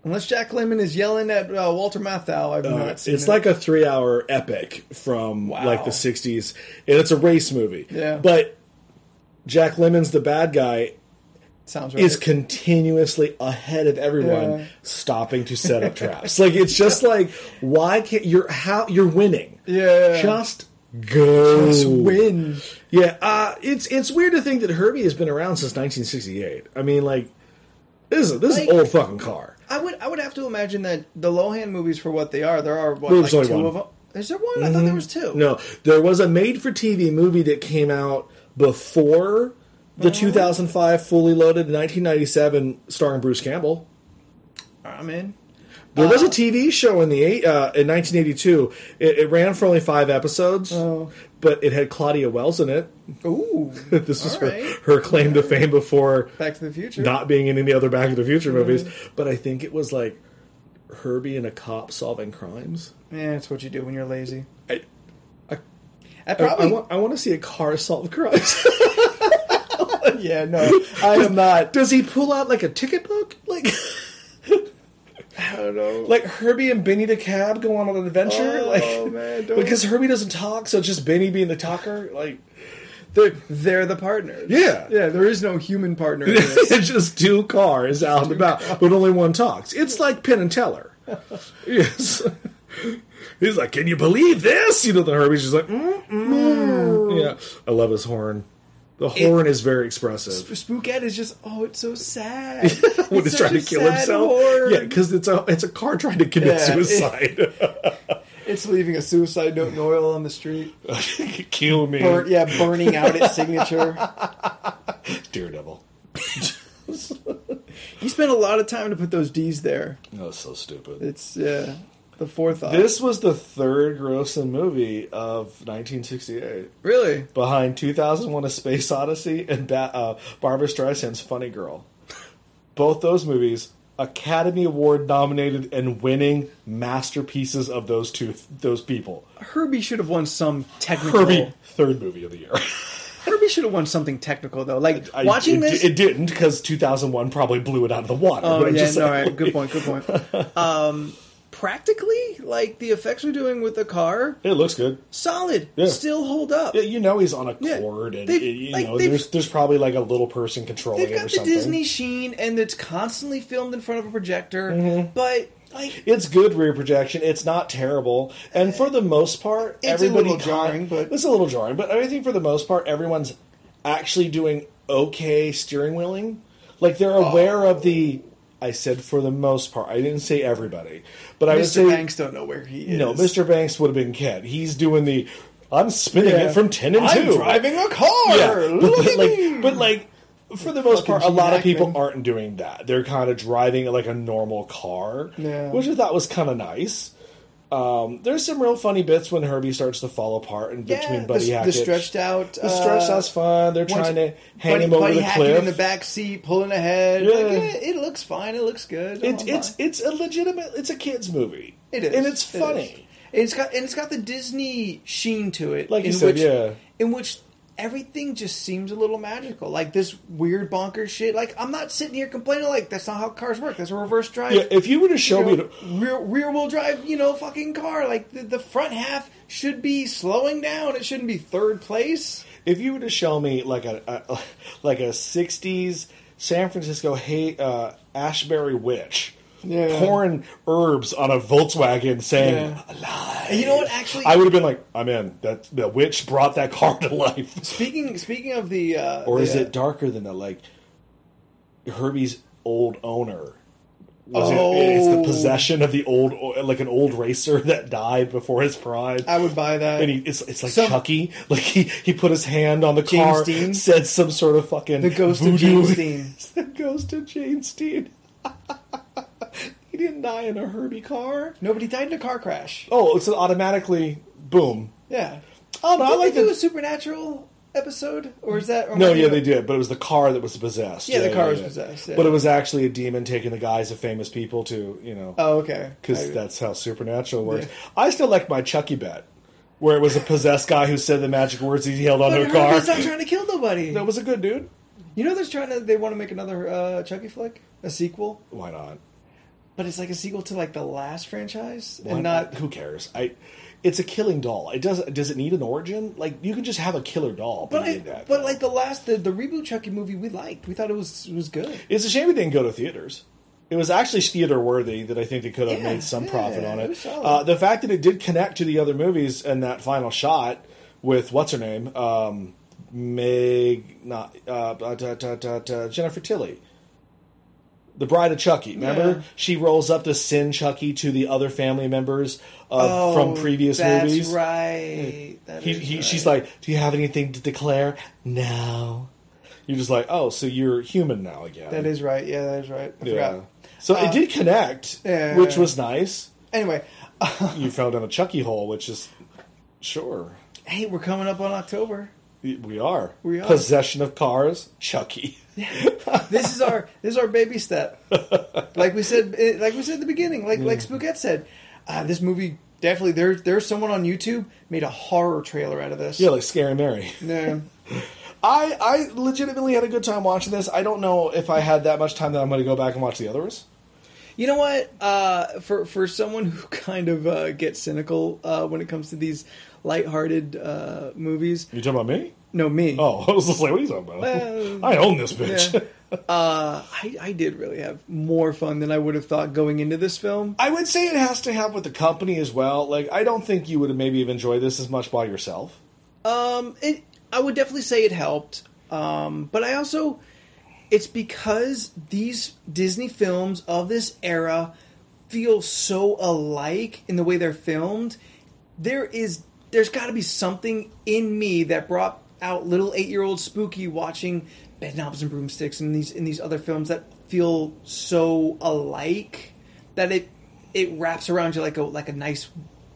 Unless Jack Lemmon is yelling at uh, Walter Matthau, I've uh, not it's seen it. like a three-hour epic from Wow. like the '60s, and it's a race movie. Yeah. But Jack Lemmon's the bad guy Sounds right. is continuously ahead of everyone, Yeah. stopping to set up traps. Like it's just like why can't you're how you're winning? Yeah. Just go. Just win. Yeah, uh, it's it's weird to think that Herbie has been around since 1968. I mean, like this is this is Like- an old fucking car. I would I would have to imagine that the Lohan movies for what they are. There are what, There's like only two one. of them. Is there one? I thought there was two. No, there was a made-for-TV movie that came out before Oh. the 2005 Fully Loaded, 1997, starring Bruce Campbell. I'm in. There Oh. was a TV show in the eight, uh, in 1982. It, it ran for only five episodes, Oh. but it had Claudia Wells in it. Ooh. This was All her, right. her claim to fame before Back to the Future. not being in any other Back to the Future movies. But I think it was like her being a cop solving crimes. yeah, that's what you do when you're lazy. I, I I, probably. want, I want to see a car solve crimes. yeah, no, I am not. Does he pull out like a ticket book? Like, I don't know. like Herbie and Benny the cab go on an adventure? Oh, like, man, don't- because Herbie doesn't talk, so it's just Benny being the talker. Like, they're They're the partners. Yeah. yeah. There is no human partner. in this. it's just two cars out and about, but only one talks. It's like Penn and Teller. yes. He's like, can you believe this? You know, the Herbie's just like, mm, mm. yeah. I love his horn. The horn is very expressive. Spookette is just oh, it's so sad. When It's he's trying to such a kill sad himself, horn. yeah, because it's a it's a car trying to commit Yeah. suicide. it's leaving a suicide note and oil on the street. Uh, kill me, Bur- yeah, burning out its signature. Daredevil. You spent a lot of time to put those D's there. That was so stupid. It's yeah, the forethought. this was the third grossing movie of 1968. really? behind 2001: A Space Odyssey and ba- uh, Barbara Streisand's Funny Girl. Both those movies, Academy Award nominated and winning masterpieces of those two those people. Herbie should have won some technical. Herbie, Herbie, third movie of the year. should have won something technical though. Like I- watching it, this. it didn't because 2001 probably blew it out of the water. oh but I'm yeah, just no, all saying, right, good point, good point. Um, practically, like the effects we're doing with the car, It looks good. solid, Yeah. still hold up. Yeah, You know he's on a Yeah, cord, and they've- you like, know they've- there's there's probably like a little person controlling They've it or got the something. Disney sheen, and it's constantly filmed in front of a projector. Mm-hmm. But like, It's good rear projection. It's not terrible, and for the most part, It's a everybody little jarring, but- it's a little jarring. But I think for the most part, everyone's actually doing okay steering wheeling. Like they're Oh. aware of the. I said for the most part. I didn't say everybody, but I would Mr. say Banks don't know where he is. no. Mr. Banks would have been Ken. He's doing the. I'm spinning Yeah. it from ten and I'm two. driving a car. Yeah, but, Look but at like, me. but like, for the most Fucking part, a Gene lot of people Hackman. aren't doing that. They're kind of driving like a normal car, Yeah. which I thought was kind of nice. Um, there's some real funny bits when Herbie starts to fall apart and Yeah, between the- Buddy the, Hackett. stretched out. the stretched uh, out's fun. They're once- trying to hang Buddy- him over Buddy the Hackett cliff. in the back seat, pulling ahead. Like, Yeah. yeah, it looks fine. It looks good. it's Oh, it's my. it's a legitimate. It's a kids movie. it is, and it's It is. funny. And it's got and it's got the Disney sheen to it. Like you in said, which, yeah. In which everything just seems a little magical. Like this weird bonkers shit. Like I'm not sitting here complaining. Like that's not how cars work. That's a reverse drive. Yeah, if you were to show me. you know, rear rear wheel drive, you know, fucking car. Like the, the front half should be slowing down. It shouldn't be third place. if you were to show me like a, a like a '60s San Francisco hey, uh, Ashbury witch Yeah. pouring herbs on a Volkswagen, saying Yeah. alive, And you know what, actually- I would have been like, I'm in. That the witch brought that car to life, Speaking speaking of the, uh, or the, is uh, it darker than that? Like Herbie's old owner. Was it- Oh. it's the possession of the old, like an old racer that died before his prime. I would buy that. And he, it's, it's like Some- Chucky. Like he, he put his hand on the James car, Dean? said some sort of fucking the ghost voodoo. of James Dean. the ghost of James Dean. he didn't die in a Herbie car. Nobody died in a car crash. Oh, so automatically, boom. Yeah. Oh no, I Did like they do a the. supernatural episode, or is that? Or No, maybe yeah, no- they did, but it was the car that was possessed. Yeah, the car was possessed, yeah. But it was actually a demon taking the guise of famous people to, you know, Oh, okay. because I- that's how supernatural works. Yeah. I still like my Chucky bet, where it was a possessed guy who said the magic words he held But onto a car. Herbie's not trying to kill nobody. That was a good dude. You know, they're trying to. They want to make another uh, Chucky flick, a sequel, Why not? but it's like a sequel to like the last franchise, Why and not. who cares? I it's a killing doll. It does does it need an origin? Like you can just have a killer doll. But being I, that but doll. like the last the, the reboot Chucky movie, we liked. We thought it was it was good. it's a shame it didn't go to theaters. It was actually theater worthy that I think they could have Yeah, made some yeah, profit on it it. was solid. Uh, the fact that it did connect to the other movies and that final shot with what's her name, um, Meg, not uh, uh, ta- ta- ta- ta- Jennifer Tilly. the Bride of Chucky. Remember, Yeah. she rolls up to send Chucky to the other family members uh, from previous Oh, that's movies. Hmm. Right. That He, is he, right. she's like, "Do you have anything to declare?" No. You're just like, "Oh, so you're human now again." That is right. Yeah, that is right. I yeah. forgot. So it did connect, yeah. which was nice. Anyway, You fell down a Chucky hole, which is sure hey, we're coming up on October. we are. We are. possession of cars, Chucky. This is our this is our baby step. Like we said, eh, like we said at the beginning, like like Spookette said, uh, this movie definitely there. There's someone on YouTube made a horror trailer out of this. Yeah, like Scary Mary. Yeah. I I legitimately had a good time watching this. I don't know if I had that much time that I'm going to go back and watch the others. You know what? Uh, for for someone who kind of uh, gets cynical uh, when it comes to these lighthearted uh, movies, You talking about me? no me. Oh, I was just like, what are you talking about? Well, I own this bitch. Yeah. Uh, I, I did really have more fun than I would have thought going into this film. I would say it has to have with the company as well. Like, I don't think you would maybe have enjoyed this as much by yourself. Um, it, I would definitely say it helped. Um, but I also, it's because these Disney films of this era feel so alike in the way they're filmed. There is, there's got to be something in me that brought out little eight-year-old Spooky watching Bedknobs and Broomsticks and these in these other films that feel so alike that it it wraps around you like a like a nice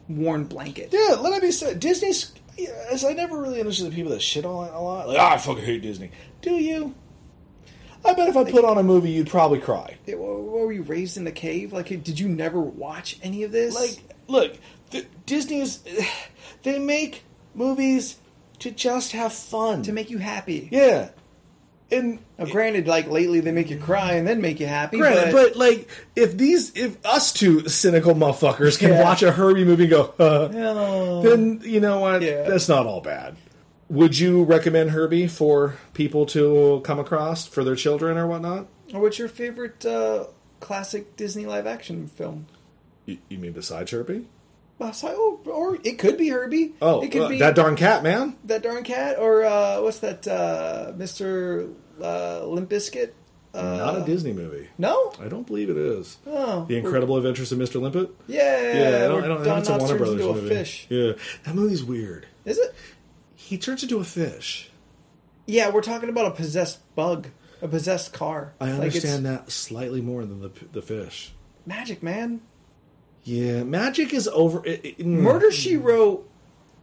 warm blanket. Yeah, let it be said. Disney's. yeah, As I never really understood the people that shit on it a lot. Like, "Ah, I fucking hate Disney. Do you? I bet if I put on a movie, you'd probably cry. Yeah, were were you raised in the cave? Like, did you never watch any of this? Like, look, the, Disney is. They make movies to just have fun. to make you happy. Yeah. And Now, granted, like lately they make you cry and then make you happy. Granted, but, but, like if these if us two cynical motherfuckers can Yeah. watch a Herbie movie and go, uh, No. then you know what? Yeah. That's not all bad. Would you recommend Herbie for people to come across for their children or whatnot? Or what's your favorite uh, classic Disney live action film? You, you mean besides Herbie? Well, so- oh, or it could be Herbie. Oh, it could uh, be that darn cat, man! that darn cat. Or uh, what's that, uh, Mister uh, Limp Bizkit? Uh, not a Disney movie. no. I don't believe it is. Oh, The Incredible Adventures of Mr. Limpet. yeah. Yeah, I don't. where I don't. I think Don it's a Knotts Warner turns Brothers into a movie. fish. Yeah, that movie's weird. Is it? He turns into a fish. Yeah, we're talking about a possessed bug, a possessed car. I Like, it's understand that slightly more than the the fish. Magic, man. Yeah, magic is over. It, it- mm. Murder She Wrote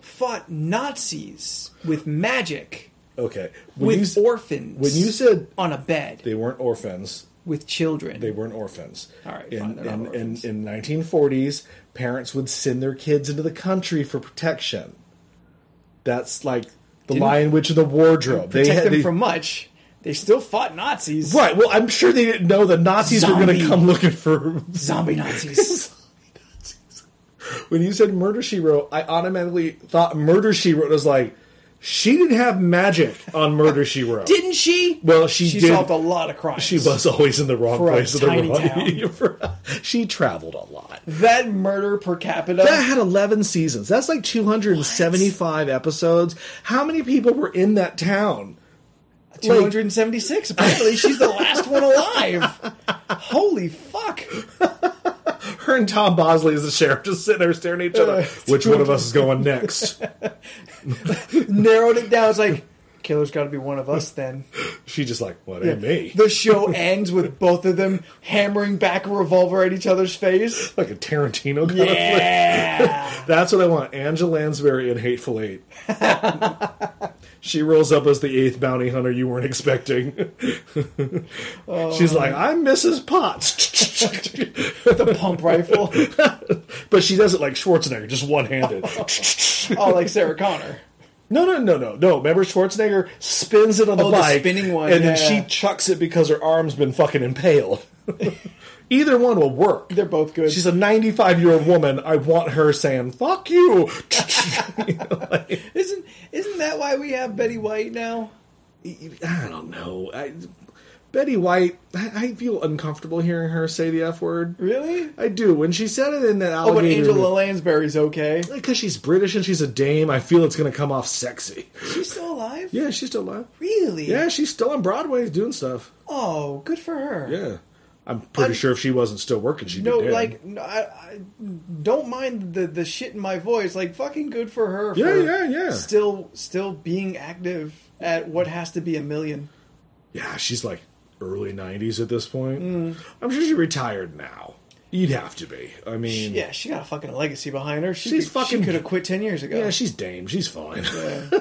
fought Nazis with magic, Okay, when you, with s- orphans. when you said on a bed they weren't orphans, with children. they weren't orphans. All right, in, fine, they're not in, orphans. in in 1940s, parents would send their kids into the country for protection. That's like the Lion Witch in the Wardrobe. Protect they had them they- from much. They still fought Nazis. right. Well, I'm sure they didn't know the Nazis were going Zombie. to come looking for Zombie Nazis. when you said Murder She Wrote, I automatically thought Murder She Wrote was like she didn't have magic on Murder She Wrote. Didn't she? well, she, she did. solved a lot of crimes. she was always in the wrong For a place at the tiny wrong. she traveled a lot. That murder per capita. That had eleven seasons. That's like two hundred and seventy-five episodes. How many people were in that town? 276. Apparently, she's the last one alive. Holy fuck. Her and Tom Bosley as the sheriff just sitting there staring at each other. Uh, Which one of us is going next? Narrowed it down. It's like, killer's got to be one of us then. She just like, what ain't me? The show ends with both of them hammering back a revolver at each other's face. Like a Tarantino kind of thing. Yeah. That's what I want. Angela Lansbury in Hateful Eight. she rolls up as the eighth bounty hunter you weren't expecting. She's like, I'm Mrs. Potts. the pump rifle. but she does it like Schwarzenegger, just one handed. Oh, like Sarah Connor. no, no, no, no, no. Remember, Schwarzenegger spins it on the Oh, the bike. spinning one, And yeah. then she chucks it because her arm's been fucking impaled. Either one will work. They're both good. She's a 95 year old woman. I want her saying, fuck you. isn't isn't that why we have Betty White now? I don't know. I, Betty White, I, I feel uncomfortable hearing her say the F word. Really? I do. When she said it in that Oh, but alligator, Angela Lansbury's okay. because she's British and she's a dame, I feel it's going to come off sexy. She's still alive? Yeah, she's still alive. Really? Yeah, she's still on Broadway doing stuff. Oh, good for her. Yeah. I'm pretty sure if she wasn't still working, she'd No, be dead. like no, I, I don't mind the the shit in my voice. Like fucking good for her. Yeah, for yeah, yeah. Still, still being active at what has to be a million. yeah, she's like early 90s at this point. Mm. I'm sure she retired now. You'd have to be. I mean, Yeah, she got a fucking legacy behind her. She She's could, fucking- She could have quit ten years ago. Yeah, she's dame. She's fine.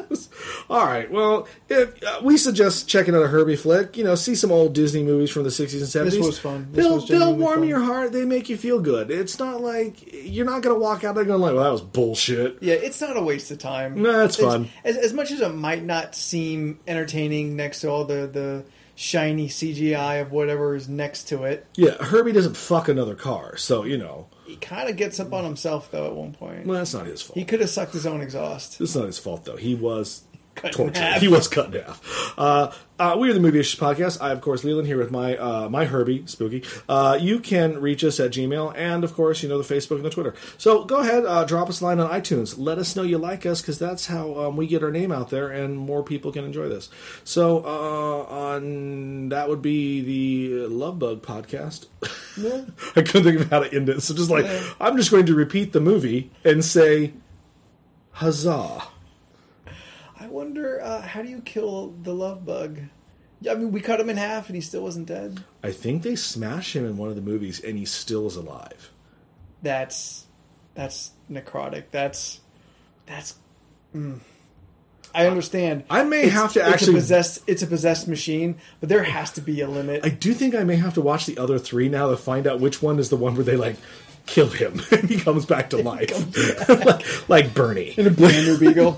All right. Well, if, uh, we suggest checking out a Herbie flick. You know, see some old Disney movies from the sixties and seventies. was fun. This they'll was they'll genuinely warm fun. your heart. They make you feel good. It's not like you're not gonna walk out there going like, "Well, that was bullshit." Yeah, it's not a waste of time. No, it's As- fun. As, as much as it might not seem entertaining next to all the, the shiny CGI of whatever is next to it, Yeah, Herbie doesn't fuck another car, so you know he kind of gets up on himself, though, at one point. well, that's not his fault. He could have sucked his own exhaust. It's not his fault though. He was Cut in tortured. half. He was cut in half. Uh, uh, we are the Movie Issues Podcast. I, of course, Leland here with my uh, my Herbie Spooky. Uh, you can reach us at Gmail and, of course, you know the Facebook and the Twitter. So go ahead, uh, drop us a line on iTunes. Let us know you like us because that's how um, we get our name out there and more people can enjoy this. So uh, on that would be the Love Bug Podcast. I couldn't think of how to end it, so just like Yeah. I'm just going to repeat the movie and say, "Huzzah!" I wonder, uh, how do you kill the love bug? Yeah, I mean, we cut him in half and he still wasn't dead. I think they smash him in one of the movies, and he still is alive. That's that's necrotic. That's that's. Mm. I understand. I may have to it's a actually- possessed. It's a possessed machine, but there has to be a limit. I do think I may have to watch the other three now to find out which one is the one where they like kill him and he comes back to life, like, like Bernie. a brand new beagle.